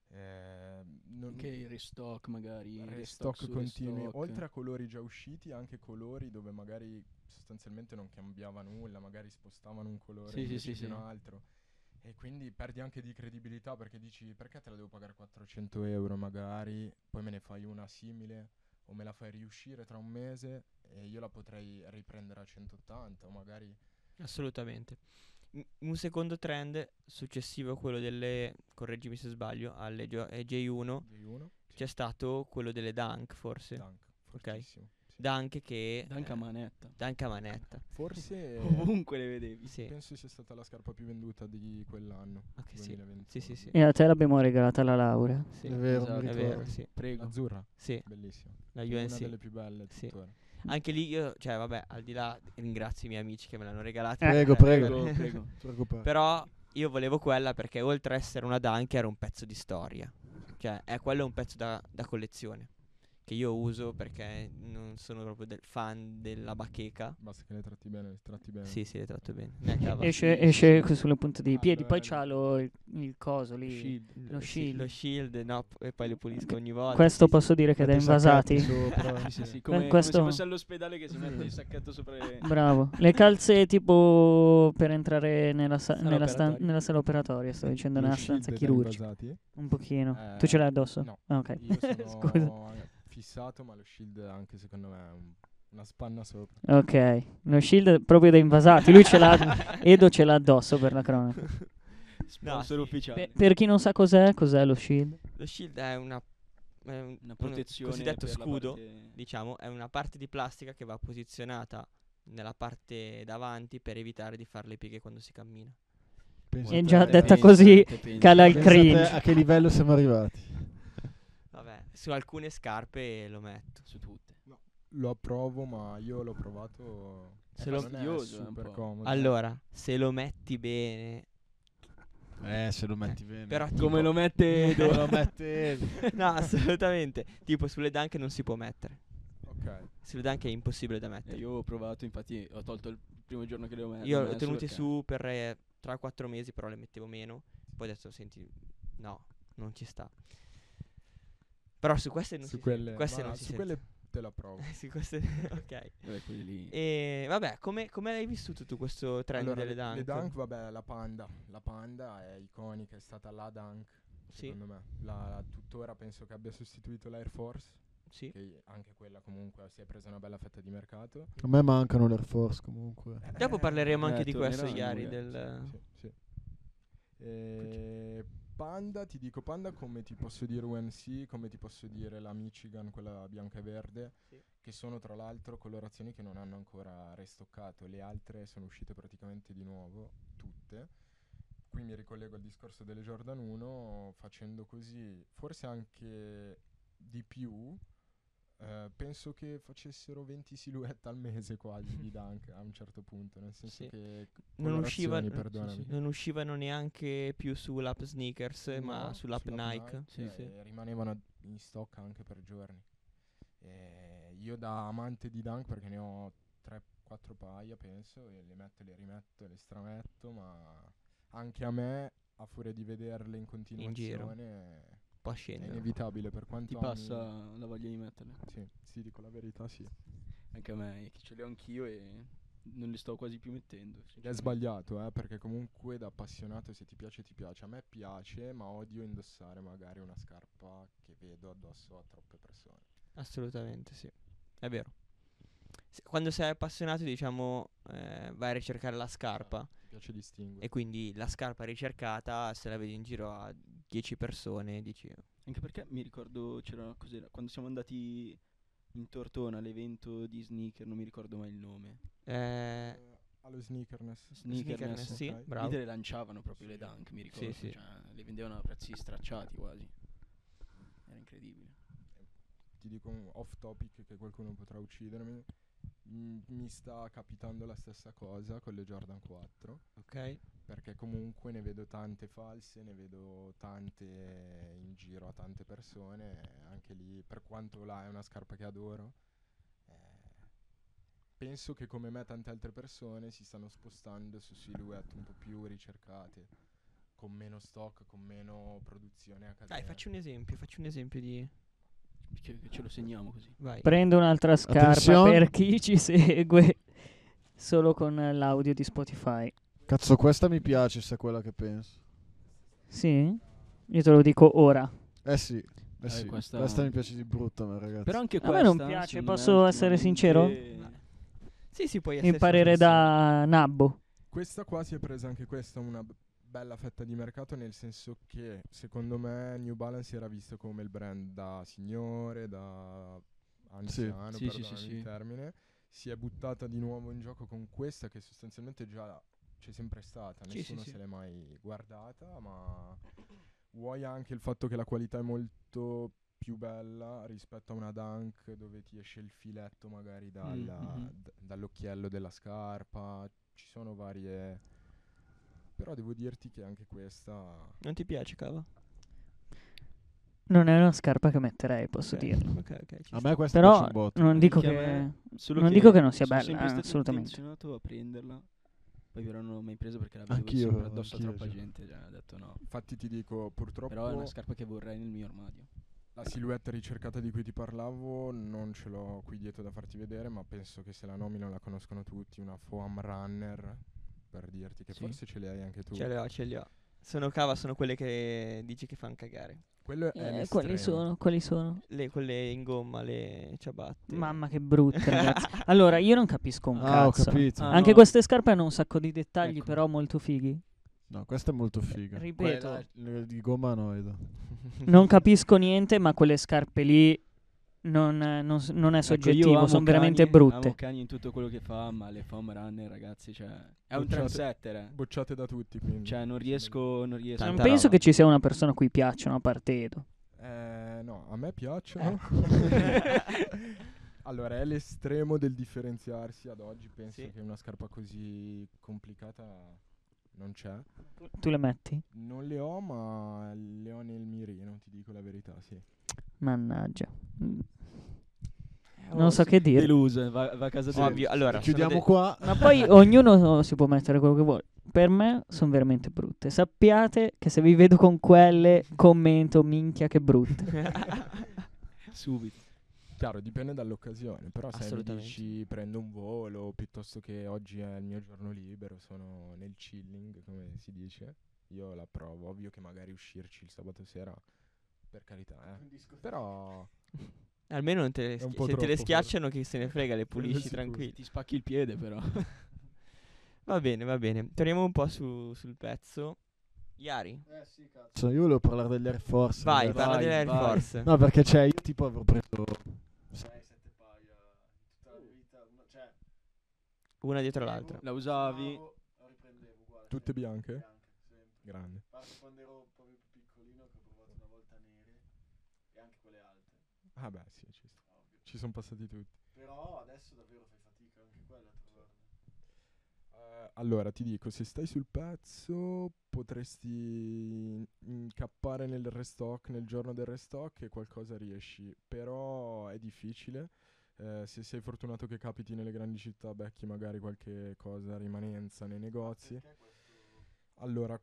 Speaker 6: eh, non-
Speaker 3: Anche il restock magari.
Speaker 6: restock
Speaker 3: su
Speaker 6: continui,
Speaker 3: restock.
Speaker 6: oltre a colori già usciti, anche colori dove magari sostanzialmente non cambiava nulla, magari spostavano un colore
Speaker 3: Sì, sì,
Speaker 6: invece
Speaker 3: sì,
Speaker 6: di
Speaker 3: sì.
Speaker 6: un altro. E quindi perdi anche di credibilità perché dici perché te la devo pagare 400 euro magari, poi me ne fai una simile o me la fai riuscire tra un mese e io la potrei riprendere a 180 o magari...
Speaker 4: Assolutamente. M- Un secondo trend successivo a quello delle, correggimi se sbaglio, alle Gio- eh, J1
Speaker 6: di uno.
Speaker 4: c'è stato quello delle Dunk forse.
Speaker 6: Dunk, fortissimo, sì.
Speaker 4: Dunk che...
Speaker 3: Anche a
Speaker 4: eh,
Speaker 3: manetta.
Speaker 4: Dunk a manetta.
Speaker 6: Ah, Forse
Speaker 3: Ovunque le vedevi.
Speaker 4: Sì.
Speaker 6: penso sia stata la scarpa più venduta di quell'anno.
Speaker 4: Ah, che sì.
Speaker 6: 2021.
Speaker 4: Sì, sì, sì.
Speaker 5: E a te l'abbiamo regalata la laurea.
Speaker 4: Sì, esatto,
Speaker 2: È vero, mi
Speaker 4: è
Speaker 2: ricordo.
Speaker 4: vero, sì.
Speaker 3: Prego.
Speaker 6: Azzurra,
Speaker 4: Sì,
Speaker 6: bellissima.
Speaker 4: la
Speaker 6: È Una
Speaker 4: UNC.
Speaker 6: delle più belle
Speaker 4: Sì.
Speaker 6: tuttora.
Speaker 4: Anche lì io, cioè vabbè, al di là ringrazio i miei amici che me l'hanno regalata.
Speaker 2: Prego,
Speaker 3: Eh,
Speaker 2: prego.
Speaker 3: prego, prego.
Speaker 2: Non ti preoccupare.
Speaker 4: Però io volevo quella perché oltre a essere una dunk era un pezzo di storia. Cioè, è quello è un pezzo da, da collezione. Che io uso perché non sono proprio del fan della bacheca.
Speaker 6: Basta che le tratti bene, le tratti bene.
Speaker 4: Sì, sì, le tratto bene. Neanche la bacheca.
Speaker 5: Esce, esce co- sulle punte
Speaker 4: Ah,
Speaker 5: dei piedi,
Speaker 6: Allora-
Speaker 5: poi c'ha lo, il, il coso lì.
Speaker 3: Shield.
Speaker 5: Lo
Speaker 4: Sì,
Speaker 5: shield.
Speaker 4: lo shield, no, p- e poi lo pulisco ogni volta. sì,
Speaker 5: Questo
Speaker 4: sì.
Speaker 5: posso dire che è da
Speaker 2: Metti i sacchetti
Speaker 5: invasati.
Speaker 2: sopra.
Speaker 3: Sì, sì,
Speaker 4: Eh,
Speaker 3: sì. Come,
Speaker 5: questo-
Speaker 3: come se fosse all'ospedale che si mette il sacchetto sopra le...
Speaker 5: Bravo. Le calze tipo per entrare nella, sa-
Speaker 3: Sala
Speaker 5: nella, stan-
Speaker 3: operatoria.
Speaker 5: nella sala operatoria, sto dicendo,
Speaker 6: Lo
Speaker 5: nella
Speaker 6: shield
Speaker 5: stanza
Speaker 6: dai
Speaker 5: chirurgica.
Speaker 6: invasati?
Speaker 5: Un pochino.
Speaker 6: Eh,
Speaker 5: tu ce l'hai addosso?
Speaker 6: No,
Speaker 5: Ah, ok.
Speaker 6: io sono
Speaker 5: Scusa.
Speaker 6: fissato, ma lo shield anche secondo me è un- una spanna sopra.
Speaker 5: Ok. Lo shield proprio da invasati. Lui ce l'ha. Edo ce l'ha addosso per la cronaca.
Speaker 3: Sponsor
Speaker 4: sì.
Speaker 3: ufficiale.
Speaker 5: Per, per chi non sa cos'è, cos'è lo shield?
Speaker 4: Lo shield è una, è un-
Speaker 3: Una
Speaker 4: uno
Speaker 3: protezione.
Speaker 4: cosiddetto
Speaker 3: per la
Speaker 4: scudo,
Speaker 3: parte-
Speaker 4: diciamo, è una parte di plastica che va posizionata nella parte davanti per evitare di fare le pieghe quando si cammina.
Speaker 2: Pensa
Speaker 5: E
Speaker 2: te.
Speaker 5: già
Speaker 3: Te
Speaker 5: detta
Speaker 3: pensi,
Speaker 5: così
Speaker 3: te pensi.
Speaker 5: cala il
Speaker 2: Pensa
Speaker 5: cringe.
Speaker 2: te a che livello siamo arrivati.
Speaker 4: Vabbè, su alcune scarpe lo metto.
Speaker 3: su tutte.
Speaker 6: Lo approvo, ma io l'ho provato.
Speaker 4: Se lo-
Speaker 6: non è
Speaker 3: fastidioso, Eh, è un
Speaker 6: super
Speaker 3: po'.
Speaker 6: comodo.
Speaker 4: Allora, se lo metti bene,
Speaker 2: Eh, se lo metti bene.
Speaker 4: però tipo-
Speaker 3: Come lo
Speaker 5: Eh.
Speaker 3: mette
Speaker 2: dove
Speaker 3: Edo?
Speaker 2: lo metti?
Speaker 4: No, assolutamente. tipo sulle dunk non si può mettere.
Speaker 6: Ok.
Speaker 4: Sulle dunk è impossibile da
Speaker 3: Eh,
Speaker 4: mettere.
Speaker 3: Io ho provato, infatti ho tolto il primo giorno che le ho me-
Speaker 4: Io
Speaker 3: messo
Speaker 4: le ho tenute
Speaker 3: perché-
Speaker 4: su per eh, 3-4 mesi, però le mettevo meno. Poi ho detto, senti, no, non ci sta. Però su queste non
Speaker 6: Su
Speaker 4: si
Speaker 6: quelle,
Speaker 4: sente. Queste
Speaker 6: ma
Speaker 4: non si
Speaker 6: su
Speaker 4: sente.
Speaker 6: quelle te l'approvo.
Speaker 4: su queste, ok.
Speaker 3: Vabbè, quelli lì.
Speaker 4: E vabbè, come, come hai vissuto tu questo trend
Speaker 6: Allora,
Speaker 4: delle dunk?
Speaker 6: Le dunk, vabbè, la panda. La panda è iconica, è stata la dunk,
Speaker 4: Sì.
Speaker 6: secondo me. La, la- tuttora penso che abbia sostituito l'Air Force,
Speaker 4: Sì.
Speaker 6: che anche quella comunque si è presa una bella fetta di mercato.
Speaker 2: A me mancano l'Air Force comunque.
Speaker 4: Dopo parleremo
Speaker 3: eh,
Speaker 4: anche di questo,
Speaker 3: torneranno,
Speaker 4: Iari,
Speaker 3: eh,
Speaker 4: del...
Speaker 6: Sì, sì. E Ehm, panda, ti dico panda come ti posso dire UNC, come ti posso dire la Michigan, quella bianca e verde,
Speaker 4: Sì.
Speaker 6: che sono tra l'altro colorazioni che non hanno ancora restoccato, le altre sono uscite praticamente di nuovo, tutte. Qui mi ricollego al discorso delle Jordan 1, facendo così, forse anche di più, eh, penso che facessero 20 silhouette al mese quasi di Dunk a un certo punto, nel senso
Speaker 4: Sì.
Speaker 6: che
Speaker 4: Non, usciva-
Speaker 6: colorazioni,
Speaker 4: n-
Speaker 6: perdonami.
Speaker 4: non uscivano neanche più sull'app Sneakers, ma
Speaker 6: No,
Speaker 4: sull'app, Nike.
Speaker 6: Sì,
Speaker 4: Eh,
Speaker 6: sì. Rimanevano in stock anche per giorni. E io da amante di Dunk perché ne ho 3-4 paia penso e le metto, le rimetto, le strametto, ma anche a me a furia di vederle in
Speaker 4: giro.
Speaker 6: continuazione
Speaker 4: Poi
Speaker 6: è
Speaker 4: scendono.
Speaker 6: inevitabile per quanto
Speaker 3: Ti
Speaker 6: ami-
Speaker 3: passa la voglia di metterle.
Speaker 6: Sì, sì, dico la verità, sì.
Speaker 3: Anche a me, che ce le ho anch'io e non le sto quasi più mettendo.
Speaker 6: Ed È
Speaker 3: sinceramente.
Speaker 6: sbagliato, eh, perché comunque da appassionato se ti piace ti piace. A me piace, ma odio indossare magari una scarpa che vedo addosso a troppe persone.
Speaker 4: Assolutamente sì, è vero. Se- quando sei appassionato, diciamo, eh, vai a ricercare la scarpa
Speaker 6: Mi piace distinguere.
Speaker 4: e quindi la scarpa ricercata, se la vedi in giro a 10 persone, dici...
Speaker 3: Anche perché mi ricordo, c'era, cos'era, quando siamo andati in Tortona all'evento di sneaker, non mi ricordo mai il nome.
Speaker 4: Eh,
Speaker 6: Eh, allo sneakerness.
Speaker 4: Sneakerness,
Speaker 3: Sneakerness,
Speaker 4: sì,
Speaker 6: ok.
Speaker 4: bravo.
Speaker 3: Lì te le lanciavano proprio
Speaker 6: Sì.
Speaker 3: le dunk, mi
Speaker 4: Sì,
Speaker 3: ricordo.
Speaker 4: sì.
Speaker 3: cioè, le vendevano a prezzi stracciati quasi. Era incredibile.
Speaker 6: Ti dico un off topic che qualcuno potrà uccidermi. Mm, Mi sta capitando la stessa cosa con le Jordan 4,
Speaker 4: Ok.
Speaker 6: perché comunque ne vedo tante false, ne vedo tante in giro a tante persone, e anche lì, per quanto là è una scarpa che adoro. eh, Penso che come me tante altre persone si stanno spostando su silhouette un po' più ricercate, con meno stock, con meno produzione a
Speaker 4: Dai,
Speaker 6: catena.
Speaker 4: facci un esempio, facci un esempio di...
Speaker 3: Che, che ce lo segniamo così.
Speaker 4: Vai.
Speaker 5: Prendo un'altra scarpa
Speaker 2: Attenzione.
Speaker 5: per chi ci segue solo con l'audio di Spotify.
Speaker 2: Cazzo, questa mi piace se è quella che penso.
Speaker 5: Sì? Io te lo dico ora.
Speaker 2: Eh sì, eh
Speaker 3: Eh,
Speaker 2: sì. Questa...
Speaker 3: questa-
Speaker 2: mi piace di brutto, ma ragazzi.
Speaker 3: Però anche
Speaker 5: A me
Speaker 3: questa
Speaker 5: non piace,
Speaker 3: secondo me,
Speaker 5: posso essere sincero?
Speaker 3: ultimamente-
Speaker 4: Sì, sì, puoi essere...
Speaker 5: Il parere
Speaker 4: sincero.
Speaker 5: da Nabbo.
Speaker 6: Questa qua si è presa anche questa una b- bella fetta di mercato nel senso che secondo me New Balance era visto come il brand da signore, da anziano,
Speaker 3: Sì, sì, sì,
Speaker 6: perdonami
Speaker 3: sì.
Speaker 6: il termine, si è buttata di nuovo in gioco con questa che sostanzialmente già c'è sempre stata,
Speaker 4: Sì, sì,
Speaker 6: nessuno
Speaker 4: sì.
Speaker 6: se l'è mai guardata, ma vuoi anche il fatto che la qualità è molto più bella rispetto a una dunk dove ti esce il filetto magari dalla-
Speaker 3: mhm.
Speaker 6: d- dall'occhiello della scarpa, ci sono varie... Però devo dirti che anche questa...
Speaker 4: Non ti piace, cava?
Speaker 5: Non è una scarpa che metterei, posso
Speaker 4: Ok,
Speaker 5: dirlo.
Speaker 4: Ok, ok. ci
Speaker 2: A
Speaker 4: sta.
Speaker 2: me questa piace
Speaker 5: Però
Speaker 2: un botto.
Speaker 5: non dico
Speaker 3: Anche a
Speaker 5: che...
Speaker 3: me, solo
Speaker 5: non dico che non sia
Speaker 3: sono
Speaker 5: bella,
Speaker 3: sempre
Speaker 5: eh,
Speaker 3: stato
Speaker 5: assolutamente.
Speaker 3: intenzionato a prenderla. Poi però non l'ho mai presa perché la vedevo
Speaker 2: Anch'io,
Speaker 3: sempre addosso a
Speaker 2: anch'io,
Speaker 3: troppa
Speaker 2: cioè.
Speaker 3: gente. Già, ho detto no.
Speaker 6: Infatti ti dico, purtroppo
Speaker 3: Però è una scarpa che vorrei nel mio armadio.
Speaker 6: la silhouette ricercata di cui ti parlavo non ce l'ho qui dietro da farti vedere, ma penso che se la nomino la conoscono tutti, una Foam Runner, per dirti che
Speaker 3: Sì.
Speaker 6: forse ce le hai anche tu.
Speaker 4: Ce le ho, ce le ho. Sono cava, sono quelle che dici che fanno cagare.
Speaker 6: Quello è
Speaker 5: Eh,
Speaker 6: l'estremo.
Speaker 5: quali sono? Quali sono?
Speaker 4: Le, quelle in gomma, le ciabatte.
Speaker 5: Mamma che brutta, ragazzi. Allora, io non capisco un
Speaker 2: Ah, ho
Speaker 5: cazzo.
Speaker 2: capito.
Speaker 3: Ah,
Speaker 5: Anche
Speaker 3: no.
Speaker 5: queste scarpe hanno un sacco di dettagli,
Speaker 6: Ecco.
Speaker 5: però molto fighi.
Speaker 2: No, questa è molto figa.
Speaker 5: Eh, Ripeto,
Speaker 2: Quella l- di gomma noida.
Speaker 5: non capisco niente, ma quelle scarpe lì non, eh, non s- non
Speaker 3: Ecco,
Speaker 5: è
Speaker 3: io
Speaker 5: soggettivo,
Speaker 3: amo
Speaker 5: sono veramente
Speaker 3: Kanye-
Speaker 5: brutte.
Speaker 3: Amo Kanye in tutto quello che fa, ma le foam runner, ragazzi, cioè... È
Speaker 6: Non
Speaker 3: un
Speaker 6: c'è-
Speaker 3: trendsetter, eh.
Speaker 6: Bocciate da tutti, quindi.
Speaker 3: Cioè, non riesco... Non riesco...
Speaker 5: non
Speaker 4: Tanta
Speaker 5: penso
Speaker 4: roba.
Speaker 5: che ci sia una persona a cui piacciono a parte Edo.
Speaker 6: Eh, no, a me piacciono.
Speaker 4: Eh.
Speaker 6: allora, è l'estremo del differenziarsi ad oggi. Penso
Speaker 4: Sì.
Speaker 6: che una scarpa così complicata non c'è.
Speaker 5: Tu le metti?
Speaker 6: Non le ho, ma le ho nel mirino, ti dico la verità, sì.
Speaker 5: Mannaggia. Mm,
Speaker 4: Eh, oh,
Speaker 5: Non so
Speaker 4: sì.
Speaker 5: che dire.
Speaker 3: Deluso, va, va a casa
Speaker 4: Ovvio, allora,
Speaker 2: Chiudiamo
Speaker 4: sono de-
Speaker 2: qua.
Speaker 5: Ma poi ognuno si può mettere quello che vuole. Per me sono veramente brutte. Sappiate che se vi vedo con quelle, commento minchia che brutte.
Speaker 3: del- Subito.
Speaker 6: Chiaro, dipende dall'occasione, però se mi
Speaker 4: Assolutamente.
Speaker 6: dici prendo un volo piuttosto che oggi è il mio giorno libero, sono nel chilling, come si dice, io la provo. Ovvio che magari uscirci il sabato sera, per carità, eh. Però
Speaker 4: Almeno non te le
Speaker 6: È un
Speaker 4: schi-
Speaker 6: po'
Speaker 4: se te le
Speaker 6: troppo,
Speaker 4: schiacciano chi se ne frega, le
Speaker 6: Quello
Speaker 4: pulisci
Speaker 6: sicuro.
Speaker 4: tranquilli.
Speaker 3: Ti spacchi il piede, però.
Speaker 4: Va bene, va bene. Torniamo un po' su- sul pezzo. Iari,
Speaker 2: Cioè, io volevo parlare degli Air Force.
Speaker 4: vai,
Speaker 2: ragazzi.
Speaker 4: parla
Speaker 3: vai,
Speaker 4: dell'Air
Speaker 3: vai.
Speaker 4: Force.
Speaker 2: No, perché cioè, io tipo avevo preso cioè,
Speaker 4: Una dietro l'altra.
Speaker 3: La usavi...
Speaker 2: cioè,
Speaker 6: tutte bianche? Grande. Ah beh, sì, ci sta. ci sono passati tutti.
Speaker 2: Però adesso davvero fai fatica anche quella a trovarne.
Speaker 6: Eh, allora, ti dico, se stai sul pezzo potresti incappare nel restock, nel giorno del restock e qualcosa riesci, però è difficile. Eh, se sei fortunato che capiti nelle grandi città, becchi magari qualche cosa, rimanenza nei negozi.
Speaker 2: Perché questo
Speaker 6: Allora,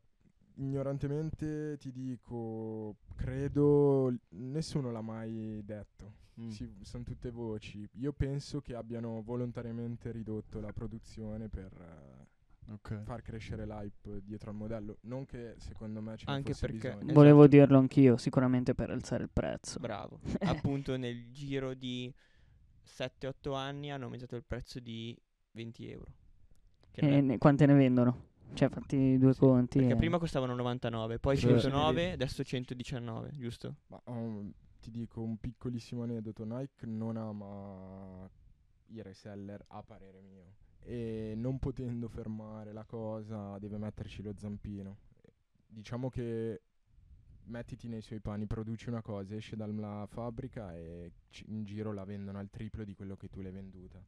Speaker 6: ignorantemente ti dico, credo, l- nessuno l'ha mai detto.
Speaker 2: Mm.
Speaker 6: Sì, sono tutte voci. Io penso che abbiano volontariamente ridotto la produzione per eh,
Speaker 2: Ok.
Speaker 6: far crescere l'hype dietro al modello. Non che secondo me ce ne
Speaker 4: Anche
Speaker 6: fosse
Speaker 4: perché-
Speaker 6: bisogno.
Speaker 4: Esatto.
Speaker 5: Volevo dirlo anch'io, sicuramente per alzare il prezzo.
Speaker 4: Bravo. Appunto nel giro di 7-8 anni hanno aumentato il prezzo di 20 euro. Che non è-
Speaker 5: E ne- quante ne vendono? Cioè, fatti due Eh, conti.
Speaker 4: eh.
Speaker 5: eh.
Speaker 4: perché
Speaker 5: e-
Speaker 4: prima costavano 99, poi
Speaker 2: Sì.
Speaker 4: 109, adesso 119, giusto?
Speaker 6: Ma um, ti dico un piccolissimo aneddoto, Nike non ama i reseller a parere mio e non potendo fermare la cosa deve metterci lo zampino. Eh, Diciamo che mettiti nei suoi panni, produci una cosa, esce dalla fabbrica e c- in giro la vendono al triplo di quello che tu l'hai venduta.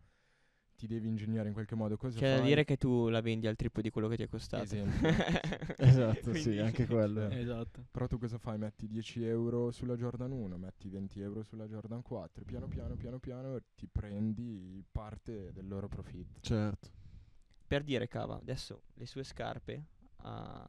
Speaker 6: Ti devi ingegnare in qualche modo cosa
Speaker 4: C'è Cioè, da
Speaker 6: fai?
Speaker 4: dire che tu la vendi al triplo di quello che ti è costato.
Speaker 6: Esempio.
Speaker 2: Esatto,
Speaker 4: Quindi-
Speaker 2: sì, anche quello.
Speaker 3: Eh, esatto.
Speaker 6: Però tu cosa fai? Metti 10 euro sulla Jordan 1, metti 20 euro sulla Jordan 4, piano piano, piano piano ti prendi parte del loro profitto.
Speaker 2: Certo.
Speaker 4: Per dire, cava, adesso le sue scarpe a,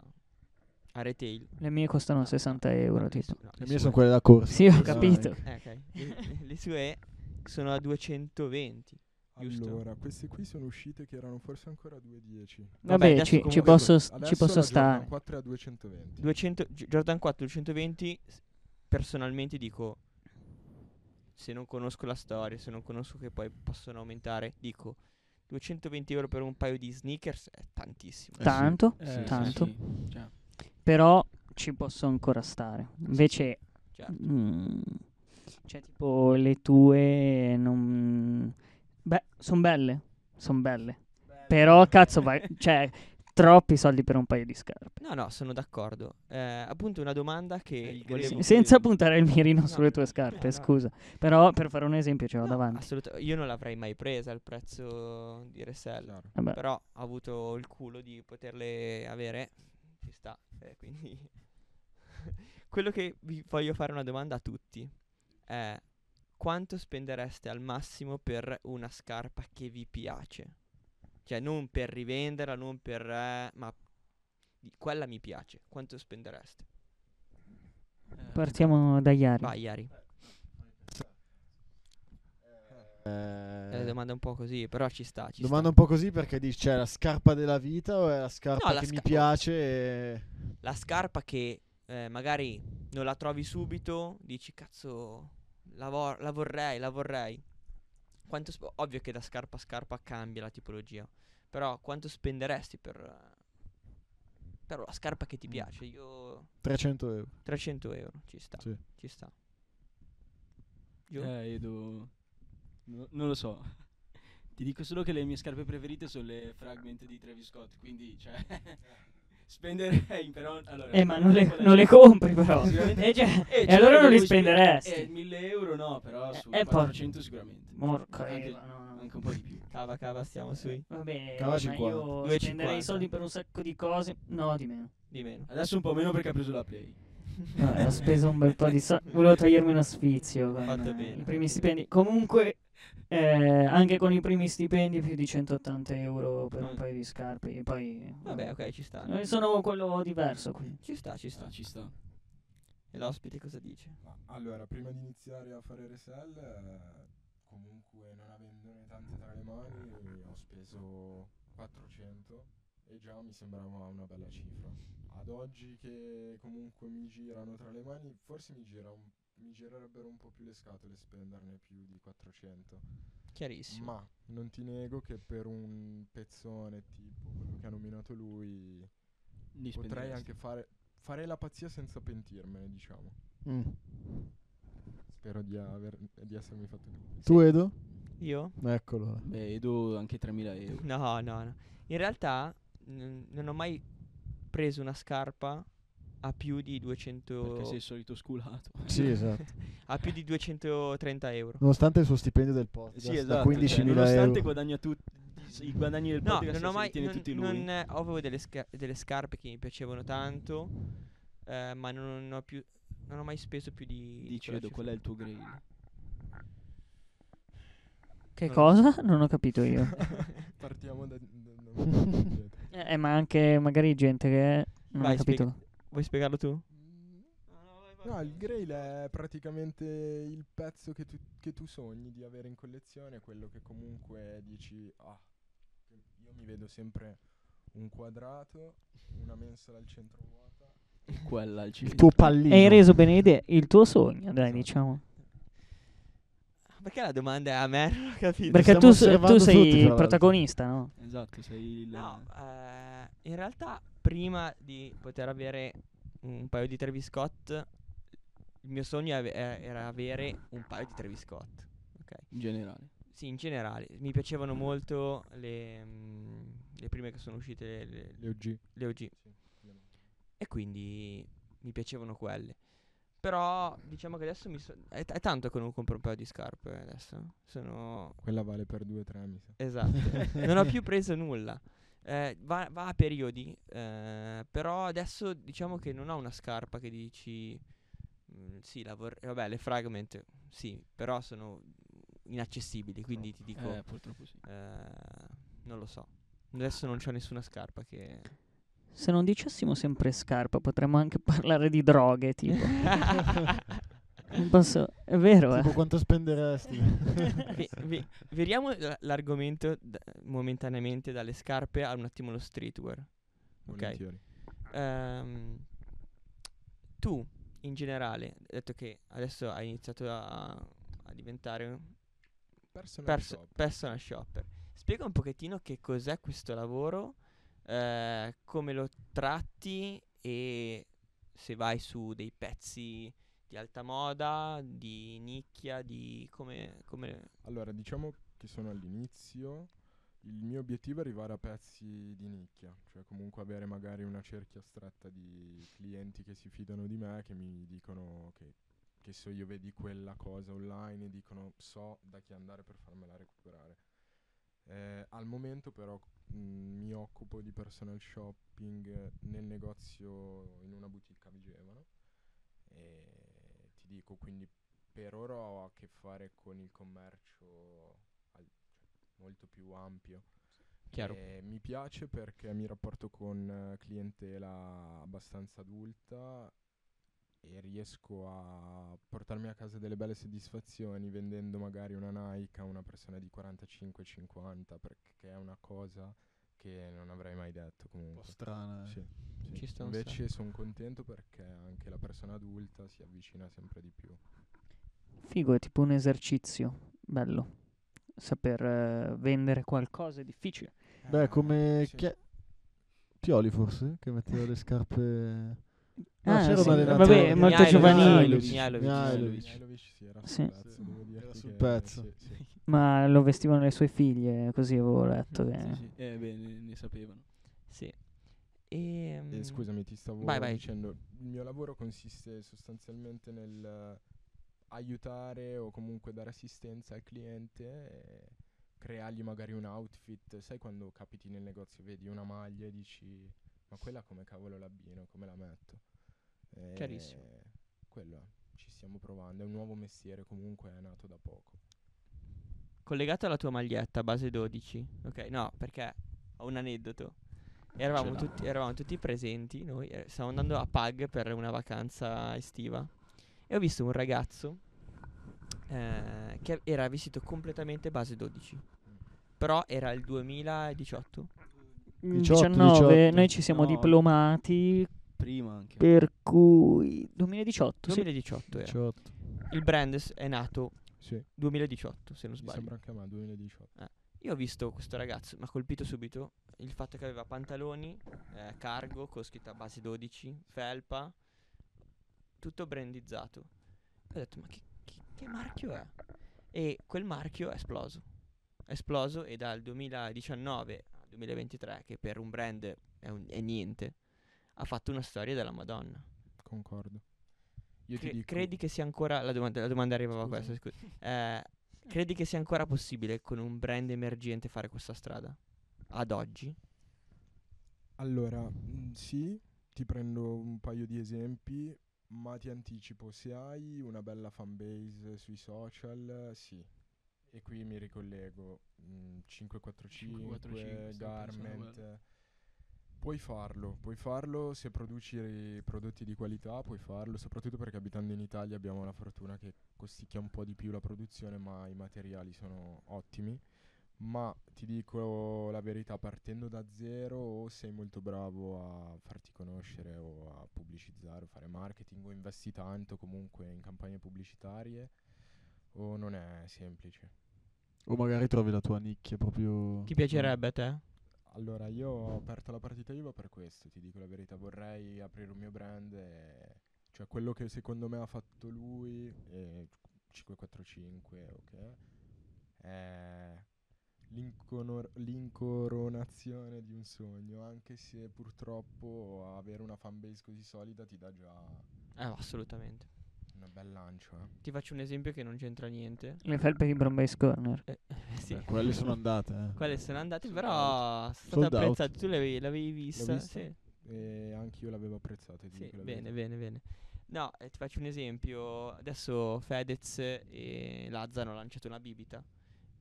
Speaker 4: a retail.
Speaker 5: Le mie costano 60 euro,
Speaker 4: no, le
Speaker 5: tipo.
Speaker 4: su-
Speaker 2: Le
Speaker 4: no, le
Speaker 2: mie
Speaker 4: sue-
Speaker 2: sono quelle da corsa.
Speaker 5: Sì, ho
Speaker 4: Sì,
Speaker 5: capito.
Speaker 2: Nike.
Speaker 4: Eh, ok. Le, le sue sono a 220. Giusto.
Speaker 6: Allora, queste qui sono uscite che erano forse ancora 2,10.
Speaker 4: Vabbè,
Speaker 5: Vabbè,
Speaker 4: adesso
Speaker 5: ci, ci
Speaker 4: comunque-
Speaker 5: posso, s-
Speaker 6: Adesso
Speaker 5: ci posso
Speaker 6: la
Speaker 5: stare.
Speaker 6: Jordan 4 è a 220.
Speaker 4: 200, Gi- Jordan 4 220 s- personalmente dico se non conosco la storia, se non conosco che poi possono aumentare, dico 220 euro per un paio di sneakers è tantissimo.
Speaker 2: Eh, sì.
Speaker 5: Tanto,
Speaker 2: Eh, sì,
Speaker 5: tanto.
Speaker 3: sì, cioè,
Speaker 5: Però ci posso ancora stare. Invece
Speaker 4: Certo.
Speaker 5: Mm. Cioè, tipo, le tue non... Beh, sono belle, sono belle. Però, cazzo, vai... cioè, troppi soldi per un paio di scarpe.
Speaker 4: No, no, sono d'accordo. Eh, appunto una domanda che
Speaker 3: Eh, volevo-
Speaker 5: Se- senza
Speaker 3: chiedermi.
Speaker 5: puntare il mirino
Speaker 4: No,
Speaker 5: sulle tue
Speaker 4: no,
Speaker 5: scarpe,
Speaker 4: no.
Speaker 5: scusa. Però, per fare un esempio, ce l'ho
Speaker 4: No,
Speaker 5: davanti.
Speaker 4: assoluta- io non l'avrei mai presa al prezzo di resell,
Speaker 2: Esatto.
Speaker 6: Chiaro.
Speaker 5: Vabbè.
Speaker 4: però ho avuto il culo di poterle avere, ci sta, eh, quindi quello che vi voglio fare una domanda a tutti è quanto spendereste al massimo per una scarpa che vi piace? Cioè non per rivenderla, non per eh, ma di- quella mi piace, quanto spendereste?
Speaker 3: eh,
Speaker 5: Partiamo da Iari.
Speaker 4: Vai Iari, è una
Speaker 2: Eh,
Speaker 4: domanda un po' così, però ci sta, ci
Speaker 2: Domanda
Speaker 4: sta.
Speaker 2: un po' così perché dici c'è la scarpa della vita o è la scarpa
Speaker 4: No, la
Speaker 2: che mi
Speaker 4: sca-
Speaker 2: piace e...
Speaker 4: la scarpa che eh, magari non la trovi subito, dici cazzo, la, vo- la vorrei, la vorrei. Quanto sp- ovvio che da scarpa a scarpa cambia la tipologia, però quanto spenderesti per, eh, per la scarpa che ti
Speaker 2: Mm.
Speaker 4: piace? Io
Speaker 2: 300 euro?
Speaker 4: 300 euro, ci sta,
Speaker 2: Sì.
Speaker 4: ci sta. Giù?
Speaker 3: Eh, io devo- no- non lo so. Ti dico solo che le mie scarpe preferite sono le Fragment di Travis Scott, quindi cioè spenderei però allora,
Speaker 5: Eh, ma non le,
Speaker 3: guadagno-
Speaker 5: non le compri, però.
Speaker 3: Sicuramente-
Speaker 5: Eh, cioè,
Speaker 3: Eh,
Speaker 5: e
Speaker 3: cioè,
Speaker 5: allora non li
Speaker 3: devo spendere-
Speaker 5: spenderesti.
Speaker 3: Eh, 1000 euro no, però su
Speaker 5: Eh, eh, por-
Speaker 3: 400 sicuramente.
Speaker 5: Porca
Speaker 3: anche,
Speaker 5: Eva, no, no.
Speaker 3: anche un po' di più.
Speaker 4: Cava, cava, stiamo sui
Speaker 5: Vabbè,
Speaker 2: Cava
Speaker 5: ma
Speaker 2: 50.
Speaker 5: io
Speaker 4: 2,50.
Speaker 5: spenderei soldi per un sacco di cose. No, di meno.
Speaker 4: di meno.
Speaker 3: Eh, Adesso un po' meno perché ha preso la Play.
Speaker 5: Eh, ho speso un bel po' di soldi. Volevo togliermi uno sfizio. Con,
Speaker 4: Fatto
Speaker 5: eh,
Speaker 4: bene.
Speaker 5: I primi stipendi. Comunque, eh, anche con i primi stipendi, più di 180 euro per un
Speaker 4: Mm.
Speaker 5: paio di scarpe. E poi.
Speaker 4: Vabbè, ok, ci sta.
Speaker 5: eh, Sono quello diverso qui.
Speaker 4: Ci sta, ci sta.
Speaker 3: Ah, ci sta.
Speaker 4: E l'ospite cosa dice?
Speaker 6: Ma Allora, prima di iniziare a fare resell, eh, comunque non avendone tante tra le mani, ho speso 400 e già mi sembrava una bella cifra. Ad oggi che comunque mi girano tra le mani, forse mi, gira un- mi girerebbero un po' più le scatole spenderne più di 400.
Speaker 4: Chiarissimo.
Speaker 6: Ma non ti nego che per un pezzone tipo quello che ha nominato lui,
Speaker 3: Li
Speaker 6: potrei
Speaker 3: spenderesti.
Speaker 6: anche fare... Farei la pazzia senza pentirmene, diciamo. Spero di, aver, di essermi fatto capire.
Speaker 2: Tu Edo?
Speaker 4: Io?
Speaker 2: Eccolo.
Speaker 3: Beh, Edo anche 3000 euro.
Speaker 4: No, no, no. In realtà n- non ho mai preso una scarpa ha più di 200
Speaker 3: Perché sei il solito sculato.
Speaker 2: Sì, esatto.
Speaker 4: ha più di 230 euro.
Speaker 2: Nonostante il suo stipendio del podcast
Speaker 3: Sì, esatto.
Speaker 2: da
Speaker 3: cioè,
Speaker 2: 15.000
Speaker 3: nonostante
Speaker 2: euro.
Speaker 3: guadagna tutti i guadagni del
Speaker 4: No,
Speaker 3: podcast
Speaker 4: non
Speaker 3: se
Speaker 4: ho
Speaker 3: li
Speaker 4: mai.
Speaker 3: tiene
Speaker 4: non-
Speaker 3: tutti lui.
Speaker 4: non, eh, ho avevo delle, sca- delle scarpe che mi piacevano tanto, eh, ma non ho più. Non ho mai speso più di. di
Speaker 3: Dici,
Speaker 4: quella
Speaker 3: Edo,
Speaker 4: cifra.
Speaker 3: qual è il tuo grail?
Speaker 5: Che
Speaker 4: Non lo so.
Speaker 5: cosa? Non ho capito io.
Speaker 6: Partiamo da, da- da molto indietro.
Speaker 5: eh, ma anche magari gente che non
Speaker 4: Vai,
Speaker 5: ha capito.
Speaker 4: Vuoi spiegarlo tu?
Speaker 6: No, il grail è praticamente il pezzo che tu, che tu sogni di avere in collezione, quello che comunque dici, ah, io mi vedo sempre un quadrato, una mensola al centro vuota.
Speaker 3: Quella al
Speaker 2: Il
Speaker 3: centro.
Speaker 2: tuo pallino.
Speaker 5: Hai reso bene idea il tuo sogno, dai,
Speaker 6: Esatto.
Speaker 5: diciamo.
Speaker 3: Ah,
Speaker 4: Perché la domanda è a me? Non ho capito.
Speaker 5: Perché
Speaker 2: stiamo
Speaker 5: tu, s-
Speaker 2: osservando
Speaker 5: tu
Speaker 2: tutti,
Speaker 5: sei
Speaker 2: tra
Speaker 5: il
Speaker 2: l'altro.
Speaker 5: protagonista, no?
Speaker 3: Esatto, sei il...
Speaker 4: No, eh, in realtà prima di poter avere un paio di Travis Scott, il mio sogno ave- eh, era avere un paio di Travis Scott. Ok.
Speaker 3: In generale.
Speaker 4: Sì, in generale, mi piacevano molto le, mm, le prime che sono uscite, le, le-
Speaker 6: Le OG.
Speaker 4: le OG, e quindi mi piacevano quelle. Però diciamo che adesso mi so- è, t- è tanto che non compro un paio di scarpe adesso. Sono
Speaker 6: Quella vale per 2-3, mi sa.
Speaker 4: Esatto. non ho più preso nulla. Eh, va, va a periodi, eh, però adesso diciamo che non ho una scarpa che dici... mm, sì, la vorrei... Vabbè, le fragment, sì, però sono inaccessibili, quindi ti dico...
Speaker 3: Eh, purtroppo sì.
Speaker 4: eh, non lo so. Adesso non c'ho nessuna scarpa che...
Speaker 5: Se non dicessimo sempre scarpa, potremmo anche parlare di droghe, tipo. Non posso- È vero, eh.
Speaker 2: Tipo quanto spenderesti?
Speaker 4: Vi- vi- viriamo l- l'argomento da- momentaneamente dalle scarpe a un attimo lo streetwear.
Speaker 6: Volentieri.
Speaker 4: Ehm, tu, in generale, hai detto che adesso hai iniziato a, a diventare un
Speaker 6: Personal
Speaker 4: pers-
Speaker 6: shop.
Speaker 4: personal shopper. Spiega un pochettino che cos'è questo lavoro, eh, come lo tratti e se vai su dei pezzi di alta moda, di nicchia, di come... come-
Speaker 6: Allora, diciamo che sono all'inizio. Il mio obiettivo è arrivare a pezzi di nicchia, cioè comunque avere magari una cerchia stretta di clienti che si fidano di me, che mi dicono che, che so io vedi quella cosa online e dicono so da chi andare per farmela recuperare. Eh, al momento però mh, mi occupo di personal shopping nel negozio in una boutique a Vigevano e ti dico quindi per ora ho a che fare con il commercio al- cioè, molto più ampio. E mi piace perché mi rapporto con eh, clientela abbastanza adulta e riesco a portarmi a casa delle belle soddisfazioni vendendo magari una Nike a una persona di 45-50 perché è una cosa che non avrei mai detto
Speaker 2: Un po'
Speaker 6: comunque.
Speaker 2: strana. eh.
Speaker 6: Sì, sì.
Speaker 4: Ci sta un
Speaker 6: Invece sono contento perché anche la persona adulta si avvicina sempre di più.
Speaker 5: Figo, è tipo un esercizio. Bello. Saper eh, vendere qualcosa è difficile.
Speaker 2: Beh, come
Speaker 6: Sì.
Speaker 2: chi- Pioli forse che metteva le scarpe No,
Speaker 5: Ah,
Speaker 2: c'era
Speaker 5: sì,
Speaker 2: un allenatore.
Speaker 5: Vabbè,
Speaker 2: Mihailovic.
Speaker 5: molto giovanile.
Speaker 4: Mihailovic.
Speaker 2: Mihailovic.
Speaker 6: Mihailovic, Eh, sì, era
Speaker 5: Sì.
Speaker 6: sul pezzo, devo
Speaker 2: Ah, Era
Speaker 6: dirti
Speaker 2: sul
Speaker 6: che-
Speaker 2: pezzo.
Speaker 6: sì, sì.
Speaker 5: Ma lo vestivano le sue figlie, eh, così avevo letto. che-
Speaker 3: Sì, sì. Eh, beh, ne, ne sapevano.
Speaker 4: Sì. Ehm, E,
Speaker 6: Eh, scusami, ti stavo
Speaker 4: Mm. Vai, vai.
Speaker 6: dicendo, il mio lavoro consiste sostanzialmente nel eh, aiutare o comunque dare assistenza al cliente e creargli magari un outfit. Sai quando capiti nel negozio, vedi una maglia e dici ma quella come cavolo l'abbino, come la metto? Eh,
Speaker 4: Chiarissimo.
Speaker 6: Quello è, ci stiamo provando, è un nuovo mestiere comunque, è nato da poco.
Speaker 4: collegato alla tua maglietta base 12. Ok, no, perché ho un aneddoto.
Speaker 3: Ce
Speaker 4: Eravamo,
Speaker 3: l'ha.
Speaker 4: tutti, eravamo tutti presenti, noi eh, stavamo andando a Pag per una vacanza estiva e ho visto un ragazzo eh, che era vestito completamente base 12. Però era il 2018.
Speaker 5: Mm,
Speaker 2: 18,
Speaker 5: 19,
Speaker 2: 18.
Speaker 5: noi ci siamo
Speaker 3: No.
Speaker 5: diplomati,
Speaker 3: Prima anche.
Speaker 5: per cui 2018, sì.
Speaker 4: 2018
Speaker 3: Cioè
Speaker 4: era.
Speaker 2: 18.
Speaker 4: Il brand s- è nato
Speaker 6: Sì,
Speaker 4: 2018, se non
Speaker 6: mi
Speaker 4: sbaglio.
Speaker 6: sembra anche a me, 2018.
Speaker 4: Io ho visto questo ragazzo, mi ha colpito subito il fatto che aveva pantaloni, eh, cargo con scritta base 12, felpa, tutto brandizzato. E ho detto, ma che, che- che marchio è? E quel marchio è esploso. È esploso e dal 2019 al 2023, che per un brand è, un- è niente, ha fatto una storia della Madonna.
Speaker 6: concordo. Io
Speaker 4: Cre-
Speaker 6: ti dico,
Speaker 4: credi che sia ancora. La domanda, la domanda arrivava a
Speaker 6: Scusa.
Speaker 4: questa, scusa. Eh, credi che sia ancora possibile con un brand emergente fare questa strada? Ad oggi?
Speaker 6: Allora, mm, sì, ti prendo un paio di esempi, ma ti anticipo, se hai una bella fanbase sui social, sì. E qui mi ricollego, mm, 545,
Speaker 3: 545, stavo pensando a
Speaker 6: Garment. Puoi farlo, puoi farlo se produci prodotti di qualità, puoi farlo, soprattutto perché abitando in Italia abbiamo la fortuna che costicchia un po' di più la produzione, ma i materiali sono ottimi. Ma ti dico la verità, partendo da zero o sei molto bravo a farti conoscere o a pubblicizzare o fare marketing o investi tanto comunque in campagne pubblicitarie o non è semplice.
Speaker 2: O magari trovi la tua nicchia proprio.
Speaker 4: Ti piacerebbe a te?
Speaker 6: Allora, io ho aperto la partita IVA per questo, ti dico la verità, vorrei aprire un mio brand e... cioè quello che secondo me ha fatto lui e 545, ok? È l'inconor- l'incoronazione di un sogno, anche se purtroppo avere una fanbase così solida ti dà già
Speaker 4: Eh, assolutamente.
Speaker 6: un bel lancio, eh.
Speaker 4: Ti faccio un esempio che non c'entra niente.
Speaker 5: Le felpe di Brombase Corner.
Speaker 4: Eh, sì.
Speaker 2: Beh, quelle sono andate. eh.
Speaker 4: Quelle sono andate,
Speaker 3: Sold
Speaker 4: però sono
Speaker 2: Sold
Speaker 4: state
Speaker 2: out.
Speaker 4: apprezzate. Tu l'avevi, l'avevi vista?
Speaker 6: vista?
Speaker 4: Sì,
Speaker 6: E anche io l'avevo apprezzato, ti
Speaker 4: sì,
Speaker 6: dico la
Speaker 4: bene,
Speaker 6: verità.
Speaker 4: bene, bene. No, eh, ti faccio un esempio. Adesso Fedez e Lazza hanno lanciato una bibita.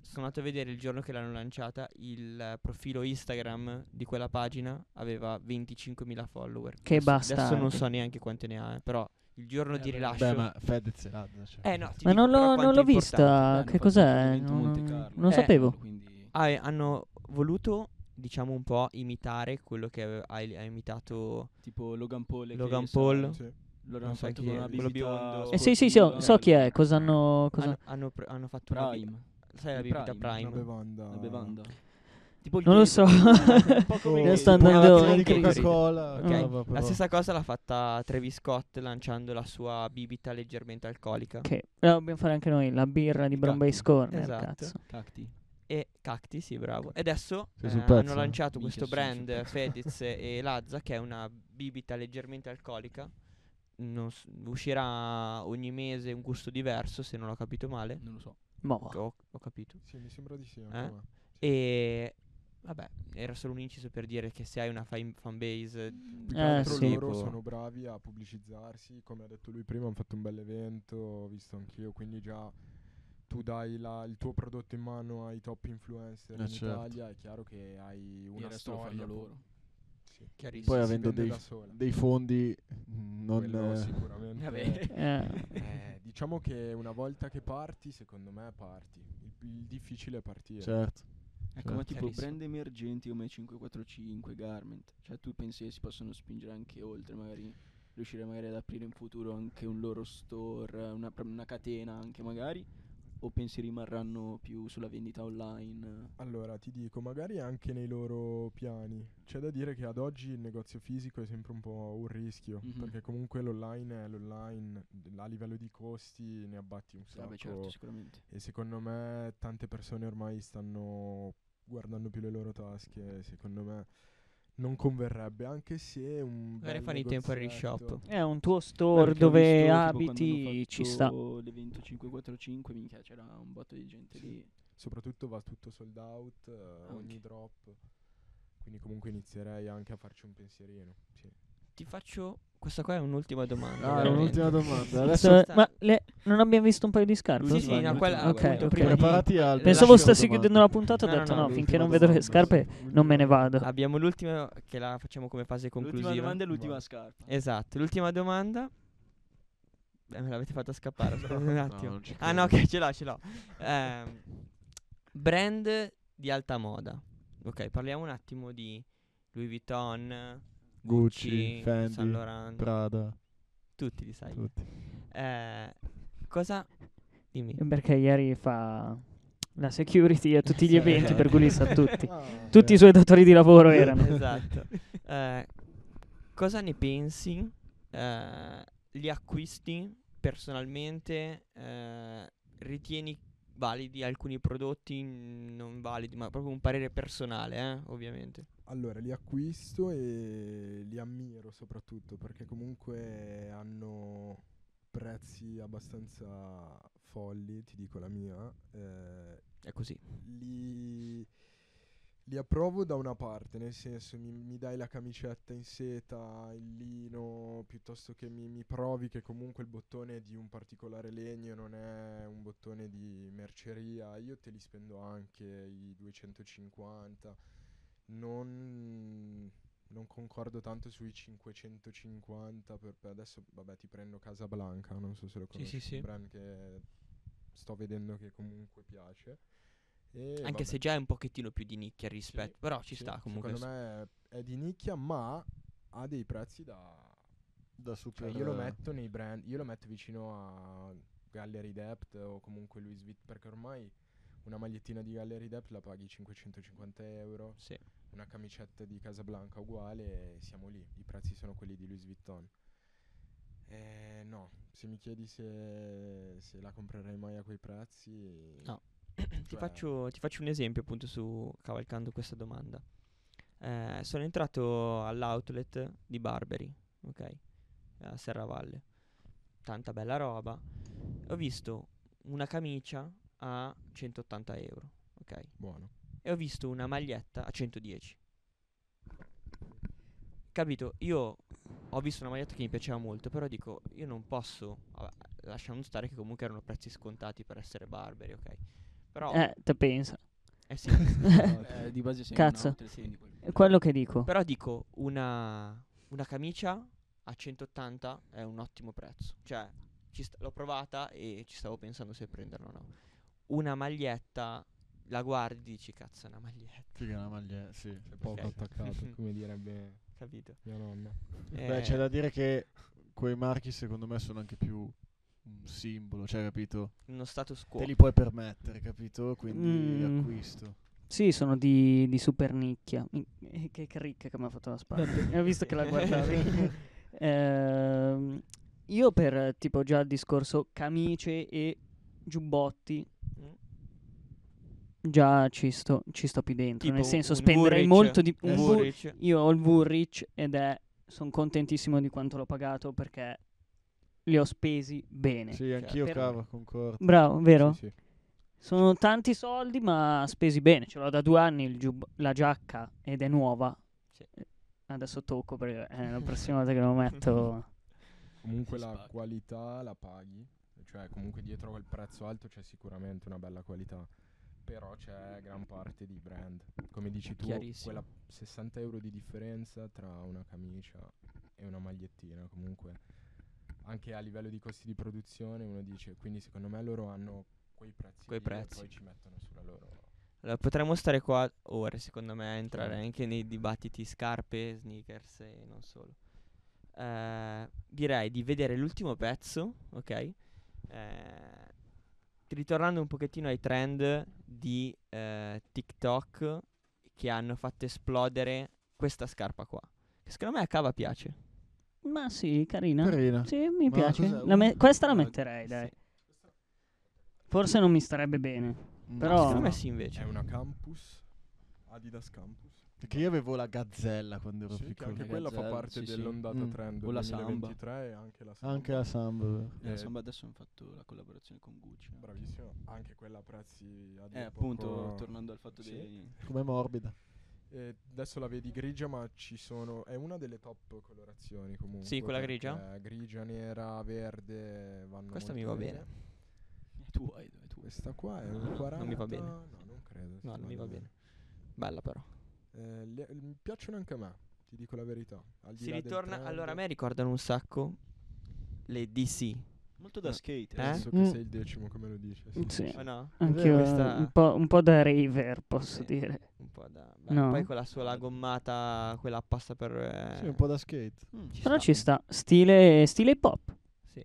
Speaker 4: Sono andato a vedere il giorno che l'hanno lanciata. Il eh, profilo Instagram di quella pagina aveva 25.000 follower.
Speaker 5: Che
Speaker 4: Adesso- Adesso
Speaker 5: bastardi.
Speaker 4: non so neanche quante ne ha, eh, però il giorno
Speaker 3: Eh,
Speaker 4: di
Speaker 3: beh,
Speaker 4: rilascio.
Speaker 2: Beh, ma Fedez e Lazza. Cioè.
Speaker 4: Eh, no, ti dico,
Speaker 5: Ma non
Speaker 4: però
Speaker 5: l'ho, non
Speaker 4: quanto
Speaker 5: l'ho
Speaker 4: è importante.
Speaker 5: vista. Che cos'è? Non, non
Speaker 4: Eh.
Speaker 5: sapevo.
Speaker 3: Quindi
Speaker 4: Ah, e hanno voluto, diciamo, un po' imitare quello che ave- ha, ha imitato
Speaker 3: tipo Logan Paul e
Speaker 4: Logan
Speaker 3: Chris, eh,
Speaker 4: Paul.
Speaker 6: Sì.
Speaker 3: Loro
Speaker 4: Non
Speaker 3: hanno
Speaker 4: so
Speaker 3: fatto
Speaker 4: chi
Speaker 3: con
Speaker 4: è,
Speaker 3: una
Speaker 4: quello
Speaker 3: bibita
Speaker 4: biondo.
Speaker 5: Eh sì, sì, sì, ho- so, chi è. Cosa hanno. cosa-
Speaker 4: Hanno, hanno pr- hanno fatto una bi-
Speaker 3: Prime,
Speaker 4: Sai la
Speaker 3: Il
Speaker 4: bibita
Speaker 3: Prime,
Speaker 4: Prime?
Speaker 6: Una bevanda.
Speaker 3: la bevanda.
Speaker 4: Ah.
Speaker 3: Tipo il
Speaker 5: Non lo so.
Speaker 3: Gatorade, un po' come
Speaker 5: Io
Speaker 3: il
Speaker 5: sto
Speaker 2: Tipo una
Speaker 5: andando
Speaker 2: latina
Speaker 5: in
Speaker 2: di
Speaker 5: crisi.
Speaker 2: Coca-Cola.
Speaker 4: Ok.
Speaker 2: quella roba,
Speaker 4: La
Speaker 2: però.
Speaker 4: stessa cosa l'ha fatta Travis Scott lanciando la sua bibita leggermente alcolica.
Speaker 5: Che la dobbiamo fare anche noi, la birra di Brombase Corner.
Speaker 4: Esatto.
Speaker 5: Cazzo.
Speaker 3: Cacti.
Speaker 4: E Cacti, sì, bravo. E adesso
Speaker 2: Sei
Speaker 4: eh,
Speaker 2: sul pezzo,
Speaker 4: hanno
Speaker 2: eh?
Speaker 4: lanciato
Speaker 3: Minchia,
Speaker 4: questo
Speaker 3: sono sul
Speaker 4: brand
Speaker 3: pezzo.
Speaker 4: Fedez e Lazza, che è una bibita leggermente alcolica. Non s- uscirà ogni mese un gusto diverso, se non ho capito male.
Speaker 3: Non lo so.
Speaker 5: Boh.
Speaker 4: Ho, ho capito.
Speaker 6: Sì, mi sembra di sì.
Speaker 4: Eh?
Speaker 6: Anche a me.
Speaker 4: E vabbè, era solo un inciso per dire che se hai una fan fanbase
Speaker 6: Più
Speaker 4: di
Speaker 6: che
Speaker 5: Eh,
Speaker 4: altro
Speaker 6: altro
Speaker 5: sì.
Speaker 6: loro
Speaker 4: tipo-
Speaker 6: sono bravi a pubblicizzarsi, come ha detto lui prima, hanno fatto un bel evento, ho visto anch'io, quindi già tu dai la- il tuo prodotto in mano ai top influencer
Speaker 2: Eh,
Speaker 6: in
Speaker 2: certo.
Speaker 6: Italia, è chiaro che hai
Speaker 3: Il
Speaker 6: una
Speaker 3: resto lo
Speaker 6: storia
Speaker 3: fanno
Speaker 6: pu-
Speaker 3: loro.
Speaker 6: sì.
Speaker 4: Chiarissimo.
Speaker 2: Poi
Speaker 6: si
Speaker 2: avendo
Speaker 6: vende
Speaker 2: dei,
Speaker 6: da sola.
Speaker 2: dei fondi mh, non
Speaker 6: Quello
Speaker 2: eh,
Speaker 6: sicuramente.
Speaker 3: Vabbè.
Speaker 5: Eh,
Speaker 6: Eh, diciamo che una volta che parti, secondo me parti. Il, il difficile è partire.
Speaker 2: certo.
Speaker 3: Ecco, ma
Speaker 2: Certo.
Speaker 3: tipo
Speaker 4: Chiarissimo.
Speaker 3: brand emergenti come 545, Garment, cioè tu pensi che si possono spingere anche oltre, magari riuscire magari ad aprire in futuro anche un loro store, una, pro- una catena anche magari, o pensi rimarranno più sulla vendita online?
Speaker 6: Allora, ti dico, magari anche nei loro piani. C'è da dire che ad oggi il negozio fisico è sempre un po' un rischio,
Speaker 3: Mhm.
Speaker 6: perché comunque l'online è l'online, d- a livello di costi ne abbatti
Speaker 4: Eh
Speaker 6: un sacco.
Speaker 3: Vabbè, certo, sicuramente.
Speaker 6: E secondo me tante persone ormai stanno guardando più le loro tasche, secondo me non converrebbe, anche se un
Speaker 4: Magari
Speaker 6: bel
Speaker 4: fanno i temporary
Speaker 6: negozietto-
Speaker 4: shop.
Speaker 5: è un tuo
Speaker 3: Beh,
Speaker 5: store
Speaker 3: perché ho visto,
Speaker 5: dove
Speaker 3: tipo, quando hanno
Speaker 5: abiti, ci sta.
Speaker 3: fatto L'evento 545, minchia, c'era un botto di gente
Speaker 6: Sì.
Speaker 3: lì.
Speaker 6: Soprattutto va tutto sold out, eh, ogni
Speaker 4: Ah,
Speaker 3: Anche.
Speaker 6: drop. Quindi comunque inizierei anche a farci un pensierino, sì.
Speaker 4: Ti faccio. Questa qua è un'ultima domanda.
Speaker 2: Ah,
Speaker 4: veramente.
Speaker 2: un'ultima domanda. Adesso
Speaker 4: Adesso-
Speaker 5: So-
Speaker 4: sta-
Speaker 5: ma le- non abbiamo visto un paio di scarpe?
Speaker 4: Sì,
Speaker 5: o
Speaker 4: sì,
Speaker 5: sbaglio?
Speaker 4: no, quella-
Speaker 5: Ok,
Speaker 4: appunto,
Speaker 5: ok.
Speaker 4: prima di- eh,
Speaker 2: preparati al
Speaker 5: Pensavo
Speaker 4: Lascio
Speaker 5: stesse
Speaker 2: domanda.
Speaker 5: chiudendo la puntata, ho
Speaker 4: No, no,
Speaker 5: detto
Speaker 4: no,
Speaker 5: no,
Speaker 4: l'ultima
Speaker 5: finché non vedo le
Speaker 2: domanda,
Speaker 5: scarpe non me ne vado.
Speaker 4: Abbiamo l'ultima che la facciamo come fase
Speaker 3: L'ultima
Speaker 4: conclusiva.
Speaker 3: domanda è l'ultima
Speaker 6: Vai.
Speaker 3: scarpa.
Speaker 5: Eh,
Speaker 4: Esatto, l'ultima domanda. Beh, me l'avete fatta scappare. aspettate un attimo.
Speaker 2: non ci
Speaker 4: ah, no,
Speaker 2: credo.
Speaker 4: ok, ce l'ho, ce l'ho. Ehm, brand di alta moda. Ok, parliamo un attimo di Louis Vuitton,
Speaker 2: Gucci,
Speaker 4: San
Speaker 2: Fendi,
Speaker 4: Laurent,
Speaker 2: Prada,
Speaker 4: tutti li sai.
Speaker 2: tutti.
Speaker 4: Eh, cosa? Dimmi.
Speaker 5: Perché ieri fa la security a tutti gli
Speaker 4: Sì.
Speaker 5: eventi, per cui li sa tutti.
Speaker 6: Ah.
Speaker 5: Tutti i suoi datori di lavoro erano.
Speaker 4: esatto. Eh, cosa ne pensi? Eh, li acquisti personalmente? Eh, ritieni validi alcuni prodotti Mm, non validi, ma proprio un parere personale, eh, ovviamente.
Speaker 6: Allora, li acquisto e li li ammiro soprattutto perché comunque hanno prezzi abbastanza folli, ti dico la mia. eh,
Speaker 4: È così.
Speaker 6: li, li approvo da una parte, nel senso mi, mi dai la camicetta in seta, il lino, piuttosto che mi, mi provi che comunque il bottone è di un particolare legno, non è un bottone di merceria, io te li spendo anche i 250, non... Non concordo tanto sui 550 per, per adesso, vabbè, ti prendo Casablanca, non so se lo
Speaker 4: Sì, sì,
Speaker 6: conosci,
Speaker 4: sì.
Speaker 6: un brand che sto vedendo che comunque piace. E
Speaker 4: Anche
Speaker 6: vabbè,
Speaker 4: se già è un pochettino più di nicchia rispetto. però ci
Speaker 6: sì,
Speaker 4: sta comunque.
Speaker 6: Secondo me è di nicchia, ma ha dei prezzi da.
Speaker 2: Da
Speaker 6: Cioè,
Speaker 2: super
Speaker 6: io lo metto nei brand. Io lo metto vicino a Gallery Dept o comunque Louis Vuitton perché ormai una magliettina di Gallery Dept la paghi 550 euro,
Speaker 4: Sì.
Speaker 6: una camicetta di Casablanca uguale e siamo lì. I prezzi sono quelli di Louis Vuitton. Eh, no, se mi chiedi se, se la comprerei mai a quei prezzi,
Speaker 4: No. Eh, ti,
Speaker 6: Cioè-
Speaker 4: faccio, ti faccio un esempio appunto su cavalcando questa domanda. Eh, sono entrato all'outlet di Barberi, ok? A Serravalle. Tanta bella roba. Ho visto una camicia a 180 euro, ok?
Speaker 6: buono.
Speaker 4: E ho visto una maglietta a 110. Capito? Io ho visto una maglietta che mi piaceva molto, però dico, io non posso, vabbè, lasciamo stare che comunque erano prezzi scontati per essere Barberi, ok? Però...
Speaker 5: Eh, te pensa.
Speaker 4: Eh sì.
Speaker 3: Eh, di base sei un
Speaker 5: Cazzo. Eh,
Speaker 3: outlet, quindi quel-
Speaker 5: È quello che dico.
Speaker 4: Però dico, una, una camicia a 180 è un ottimo prezzo. Cioè, ci sta- l'ho provata e ci stavo pensando se prenderla o no. Una maglietta, la guardi e dici, cazzo, è una maglietta.
Speaker 2: Figa una maglia, sì,
Speaker 6: Poco
Speaker 4: Ok.
Speaker 6: attaccato, come direbbe
Speaker 4: Capito?
Speaker 6: mia nonna.
Speaker 2: Beh,
Speaker 4: Eh,
Speaker 2: c'è da dire che quei marchi secondo me sono anche più un simbolo, cioè, capito?
Speaker 4: Uno status quo.
Speaker 2: Te li puoi permettere, capito? Quindi
Speaker 5: Mm.
Speaker 2: acquisto.
Speaker 5: Sì, sono di, di super nicchia. Mi- eh, Che cric che mi ha fatto la spalla. Ho visto che la guardavi. Ehm, io per eh, tipo già il discorso camicie e giubbotti
Speaker 4: Mm.
Speaker 5: già ci sto, ci sto più dentro.
Speaker 4: Tipo
Speaker 5: Nel senso
Speaker 4: un
Speaker 5: spenderei
Speaker 4: Woolrich,
Speaker 5: molto di
Speaker 4: Un
Speaker 5: un Wool-
Speaker 4: Woolrich.
Speaker 5: Io ho il Woolrich ed è... Sono contentissimo di quanto l'ho pagato perché li ho spesi bene.
Speaker 2: Sì, anch'io
Speaker 5: Eh, Però-
Speaker 2: cavo, concordo.
Speaker 5: Bravo, vero?
Speaker 6: Sì, sì.
Speaker 5: Sono tanti soldi, ma spesi bene. Ce l'ho da due anni il giub- la giacca ed è nuova.
Speaker 4: Sì.
Speaker 5: Adesso tocco perché eh, la prossima volta che lo metto.
Speaker 6: Comunque
Speaker 3: Si
Speaker 6: la
Speaker 3: spacca.
Speaker 6: qualità la paghi, cioè comunque dietro quel prezzo alto c'è sicuramente una bella qualità, però c'è gran parte di brand. Come dici tu,
Speaker 4: Chiarissimo.
Speaker 6: quella 60 euro di differenza tra una camicia e una magliettina, comunque anche a livello di costi di produzione uno dice, quindi secondo me loro hanno quei prezzi
Speaker 4: Quei
Speaker 6: lì
Speaker 4: prezzi.
Speaker 6: e poi ci mettono sulla loro...
Speaker 4: Allora, potremmo stare qua ore, secondo me, a entrare anche nei dibattiti scarpe, sneakers e non solo. Eh, direi di vedere l'ultimo pezzo, ok? Eh, ritornando un pochettino ai trend di eh, TikTok che hanno fatto esplodere questa scarpa qua. Che secondo me a Cava piace.
Speaker 5: Ma sì, carina.
Speaker 2: Carina.
Speaker 5: Sì, mi
Speaker 2: Ma
Speaker 5: piace.
Speaker 2: cos'è?
Speaker 5: La me- questa la
Speaker 3: No,
Speaker 5: metterei, Eh, dai. Forse non mi starebbe bene.
Speaker 2: Mm.
Speaker 5: Però-
Speaker 4: secondo me
Speaker 6: no.
Speaker 4: sì
Speaker 6: È
Speaker 4: invece.
Speaker 6: una Campus, Adidas Campus.
Speaker 2: Perché io avevo la gazzella quando ero
Speaker 6: Sì, che
Speaker 2: piccolo.
Speaker 6: anche quella fa
Speaker 3: Gazzelle,
Speaker 6: parte
Speaker 3: sì, sì.
Speaker 6: dell'ondata
Speaker 2: Mm.
Speaker 6: trend
Speaker 3: O la Samba.
Speaker 6: 2023 e anche la Samba.
Speaker 2: Anche la Samba.
Speaker 3: Eh,
Speaker 6: Eh,
Speaker 3: Samba adesso hanno fatto la collaborazione con Gucci. anche.
Speaker 6: Bravissimo, anche quella a prezzi a
Speaker 3: Eh,
Speaker 6: dir
Speaker 3: appunto,
Speaker 6: poco-
Speaker 3: tornando al fatto
Speaker 6: Sì.
Speaker 3: dei...
Speaker 2: Com'è morbida.
Speaker 6: Eh, adesso la vedi grigia, ma ci sono. È una delle top colorazioni comunque.
Speaker 4: Sì, quella
Speaker 6: perché
Speaker 4: grigia?
Speaker 6: Grigia, nera, verde. Vanno
Speaker 4: Questa
Speaker 6: molto
Speaker 4: mi va bene.
Speaker 3: È tuo, è tu- è tuo.
Speaker 6: Questa qua è
Speaker 4: No,
Speaker 6: un 40.
Speaker 4: non mi va bene.
Speaker 6: No, non credo.
Speaker 4: No,
Speaker 6: ti
Speaker 4: non mi
Speaker 6: vada
Speaker 4: va bene. Bella però.
Speaker 6: Eh, le- mi piacciono anche a me, ti dico la verità. Al di
Speaker 4: Si
Speaker 6: là del
Speaker 4: ritorna...
Speaker 6: trend,
Speaker 4: Allora a me ricordano un sacco le DC.
Speaker 3: Molto da
Speaker 4: Eh.
Speaker 3: skate.
Speaker 4: Eh?
Speaker 6: Penso che
Speaker 5: Mm.
Speaker 6: sei il decimo, come lo dice. sì.
Speaker 5: Sì.
Speaker 4: O no?
Speaker 5: Anche
Speaker 4: vero,
Speaker 5: io,
Speaker 4: questa-
Speaker 5: un, po', un po' da raver, posso
Speaker 4: Sì.
Speaker 5: dire.
Speaker 4: un po' da... beh,
Speaker 5: No.
Speaker 4: Poi quella sola gommata, quella apposta per... eh,
Speaker 2: Sì, un po' da skate.
Speaker 3: Mm.
Speaker 5: Però ci sta. Stile, stile hip hop.
Speaker 4: Sì.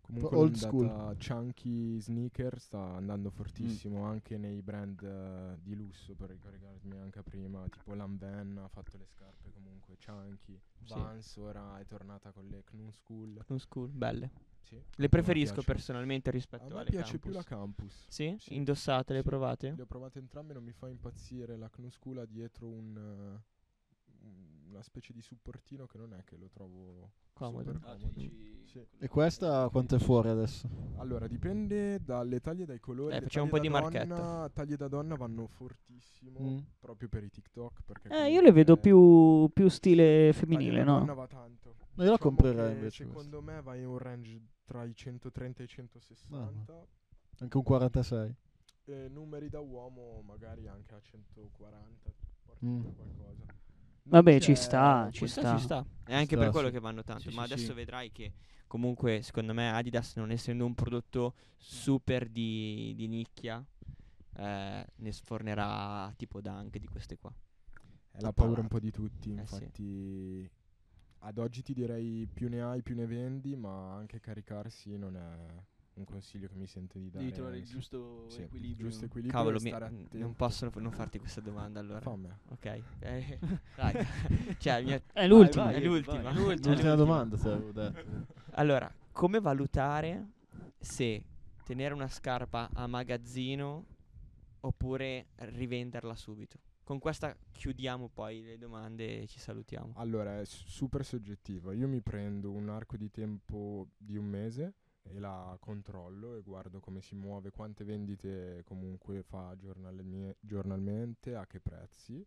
Speaker 6: Comunque
Speaker 2: Old
Speaker 6: old
Speaker 2: school.
Speaker 6: Chunky Sneaker sta andando fortissimo anche nei brand eh, di lusso per ricordarmi anche prima, tipo Lanvin ha fatto le scarpe comunque Chunky,
Speaker 4: Sì.
Speaker 6: Vans ora è tornata con le Knoon School.
Speaker 4: Non school, belle.
Speaker 6: Sì, a me
Speaker 4: Le preferisco
Speaker 6: piace.
Speaker 4: personalmente
Speaker 6: A
Speaker 4: rispetto
Speaker 6: me
Speaker 4: alle
Speaker 6: piace più la
Speaker 4: campus.
Speaker 6: Campus.
Speaker 4: Sì?
Speaker 6: Sì.
Speaker 4: Indossate, le
Speaker 6: Sì.
Speaker 4: provate?
Speaker 6: Le ho provate entrambe, non mi fa impazzire la Knoon School ha dietro un eh, un- una specie di supportino che non è che lo trovo
Speaker 4: Comodo.
Speaker 6: super
Speaker 3: Ah,
Speaker 6: comodo.
Speaker 3: tu dici
Speaker 6: Sì.
Speaker 2: E questa quanto è fuori adesso?
Speaker 6: Allora, dipende dalle taglie e dai colori.
Speaker 4: Dai,
Speaker 6: Le
Speaker 4: Eh, facciamo un
Speaker 6: taglie
Speaker 4: po'
Speaker 6: da
Speaker 4: di marchetta.
Speaker 6: donna- Taglie da donna vanno fortissimo
Speaker 2: Mm.
Speaker 6: proprio per i TikTok. Perché
Speaker 5: Eh, io
Speaker 6: comunque
Speaker 5: le vedo più, più stile
Speaker 6: taglie
Speaker 5: femminile,
Speaker 6: da
Speaker 5: no?
Speaker 6: donna va tanto.
Speaker 2: No, io la
Speaker 6: Diciamo
Speaker 2: comprerei
Speaker 6: che
Speaker 2: invece. questa.
Speaker 6: Secondo me va in un range tra i 130 e i 160.
Speaker 2: Anche un 46.
Speaker 6: Eh, numeri da uomo magari anche a 140. porti
Speaker 2: Mm.
Speaker 6: via qualcosa. Non
Speaker 5: Vabbè, ci
Speaker 6: c'è-
Speaker 5: sta, ci
Speaker 4: Questa
Speaker 5: sta.
Speaker 4: ci sta. È anche
Speaker 2: sta,
Speaker 4: per quello
Speaker 2: sì.
Speaker 4: che vanno tanto.
Speaker 3: Sì,
Speaker 4: ma
Speaker 3: sì,
Speaker 4: adesso
Speaker 3: sì.
Speaker 4: vedrai che comunque, secondo me, Adidas, non essendo un prodotto super di, di nicchia, eh, ne sfornerà tipo Dunk di queste qua.
Speaker 6: È la paura un
Speaker 4: Palate.
Speaker 6: po' di tutti,
Speaker 4: Eh, sì.
Speaker 6: infatti ad oggi ti direi più ne hai più ne vendi, ma anche caricarsi non è un consiglio che mi sento di dare.
Speaker 3: Devi trovare il
Speaker 6: sì.
Speaker 3: giusto
Speaker 6: Sì, il
Speaker 3: equilibrio.
Speaker 6: giusto equilibrio
Speaker 4: Cavolo,
Speaker 6: e
Speaker 4: mi-
Speaker 6: stare
Speaker 4: n-
Speaker 6: attento.
Speaker 4: non posso f- non farti questa domanda allora.
Speaker 6: Fammela.
Speaker 4: Ok. Eh, dai. cioè, mi ha-
Speaker 5: È l'ultima.
Speaker 4: vai, è l'ultima.
Speaker 3: vai,
Speaker 4: L'ultima.
Speaker 2: L'ultima domanda te l'avevo detto.
Speaker 4: Allora, come valutare se tenere una scarpa a magazzino oppure rivenderla subito? Con questa chiudiamo poi le domande e ci salutiamo.
Speaker 6: Allora, è s- super soggettivo. Io mi prendo un arco di tempo di un mese e la controllo e guardo come si muove, quante vendite comunque fa giornalmi- giornalmente, a che prezzi.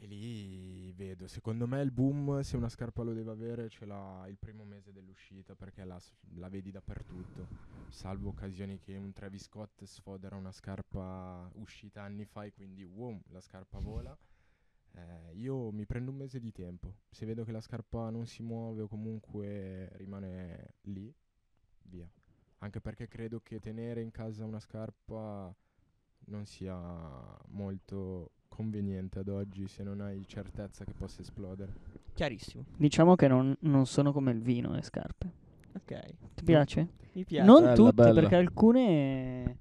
Speaker 6: E lì vedo, secondo me il boom, se una scarpa lo deve avere, ce l'ha il primo mese dell'uscita perché la, s- la vedi dappertutto, salvo occasioni che un Travis Scott sfodera una scarpa uscita anni fa e quindi wow, la scarpa vola. Eh, io mi prendo un mese di tempo. Se vedo che la scarpa non si muove o comunque rimane lì, via. Anche perché credo che tenere in casa una scarpa non sia molto conveniente ad oggi se non hai certezza che possa esplodere.
Speaker 4: Chiarissimo.
Speaker 5: Diciamo che non, non sono come il vino le scarpe.
Speaker 4: Ok.
Speaker 5: Ti piace?
Speaker 4: Mi piace.
Speaker 5: Non
Speaker 2: Bella,
Speaker 5: tutte,
Speaker 2: bella.
Speaker 5: perché alcune...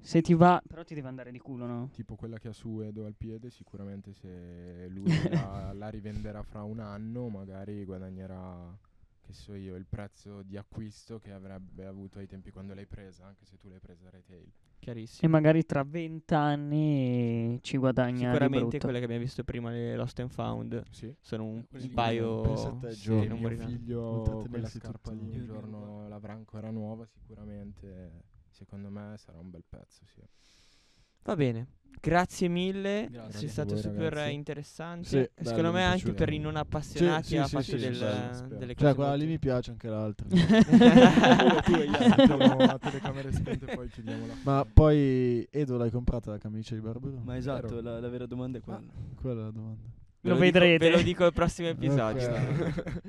Speaker 5: Se ti va... Però ti deve andare di culo, no?
Speaker 6: Tipo quella che ha su Edo al piede, sicuramente se lui la, la rivenderà fra un anno, magari guadagnerà, che so io, il prezzo di acquisto che avrebbe avuto ai tempi quando l'hai presa, anche se tu l'hai presa retail.
Speaker 5: E
Speaker 4: Chiarissimo.
Speaker 5: magari tra vent'anni ci guadagna di
Speaker 4: Sicuramente
Speaker 5: brutto.
Speaker 4: quelle che abbiamo visto prima, le Lost and Found,
Speaker 2: Cioè,
Speaker 6: Sì.
Speaker 4: sono un,
Speaker 3: Quelle
Speaker 4: un
Speaker 2: pensa
Speaker 3: di
Speaker 4: paio
Speaker 2: a te,
Speaker 4: che
Speaker 6: Se
Speaker 2: Gio.
Speaker 4: non
Speaker 6: mio
Speaker 4: moriranno.
Speaker 6: figlio
Speaker 2: Oltre a
Speaker 6: quella
Speaker 2: tenersi tutto-
Speaker 6: scarpa lì
Speaker 3: Io
Speaker 6: un
Speaker 3: vi
Speaker 6: giorno
Speaker 3: rubo.
Speaker 6: l'avrà ancora nuova sicuramente secondo me sarà un bel pezzo sì.
Speaker 4: Va bene. Grazie mille,
Speaker 3: Grazie
Speaker 4: è
Speaker 3: a
Speaker 4: stato
Speaker 6: voi,
Speaker 4: super
Speaker 6: ragazzi.
Speaker 4: interessante.
Speaker 2: Sì, bello,
Speaker 4: Secondo
Speaker 2: mi
Speaker 4: me
Speaker 2: è
Speaker 4: anche
Speaker 2: piaciuto.
Speaker 4: per i non appassionati
Speaker 2: sì,
Speaker 4: ha
Speaker 2: sì,
Speaker 4: fatto
Speaker 2: sì, sì,
Speaker 4: del-
Speaker 6: bello.
Speaker 4: delle cose
Speaker 2: Cioè, quella lì
Speaker 4: molto-
Speaker 2: mi piace anche l'altra.
Speaker 6: tu e gli altri siamo a telecamere spente poi chiudiamo la
Speaker 2: Ma poi Edo l'hai comprata la camicia di Barbero?
Speaker 3: Ma esatto, la, la vera domanda è quella.
Speaker 6: Ah,
Speaker 2: Quella è la domanda.
Speaker 4: Ve
Speaker 5: Lo
Speaker 4: dico-
Speaker 5: vedrete.
Speaker 4: ve lo dico al prossimo episodio.
Speaker 2: Ok.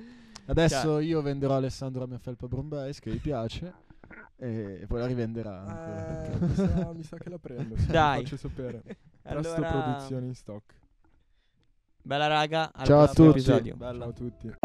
Speaker 2: Adesso
Speaker 3: Cioè
Speaker 2: io venderò a Alessandro la mia felpa Brombeis che gli piace e poi la rivenderà ancora.
Speaker 6: Eh, mi, sa, mi sa che la prendo sì, vi
Speaker 4: Dai.
Speaker 6: faccio sapere presto
Speaker 4: Allora,
Speaker 6: produzioni in stock
Speaker 4: bella raga, al
Speaker 2: Ciao a
Speaker 4: prossimo
Speaker 2: tutti.
Speaker 4: episodio.
Speaker 3: Bella.
Speaker 6: ciao a tutti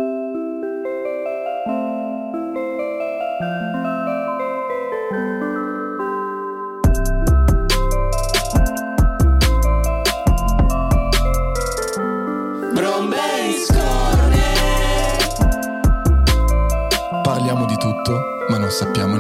Speaker 1: Parliamo di tutto, ma non sappiamo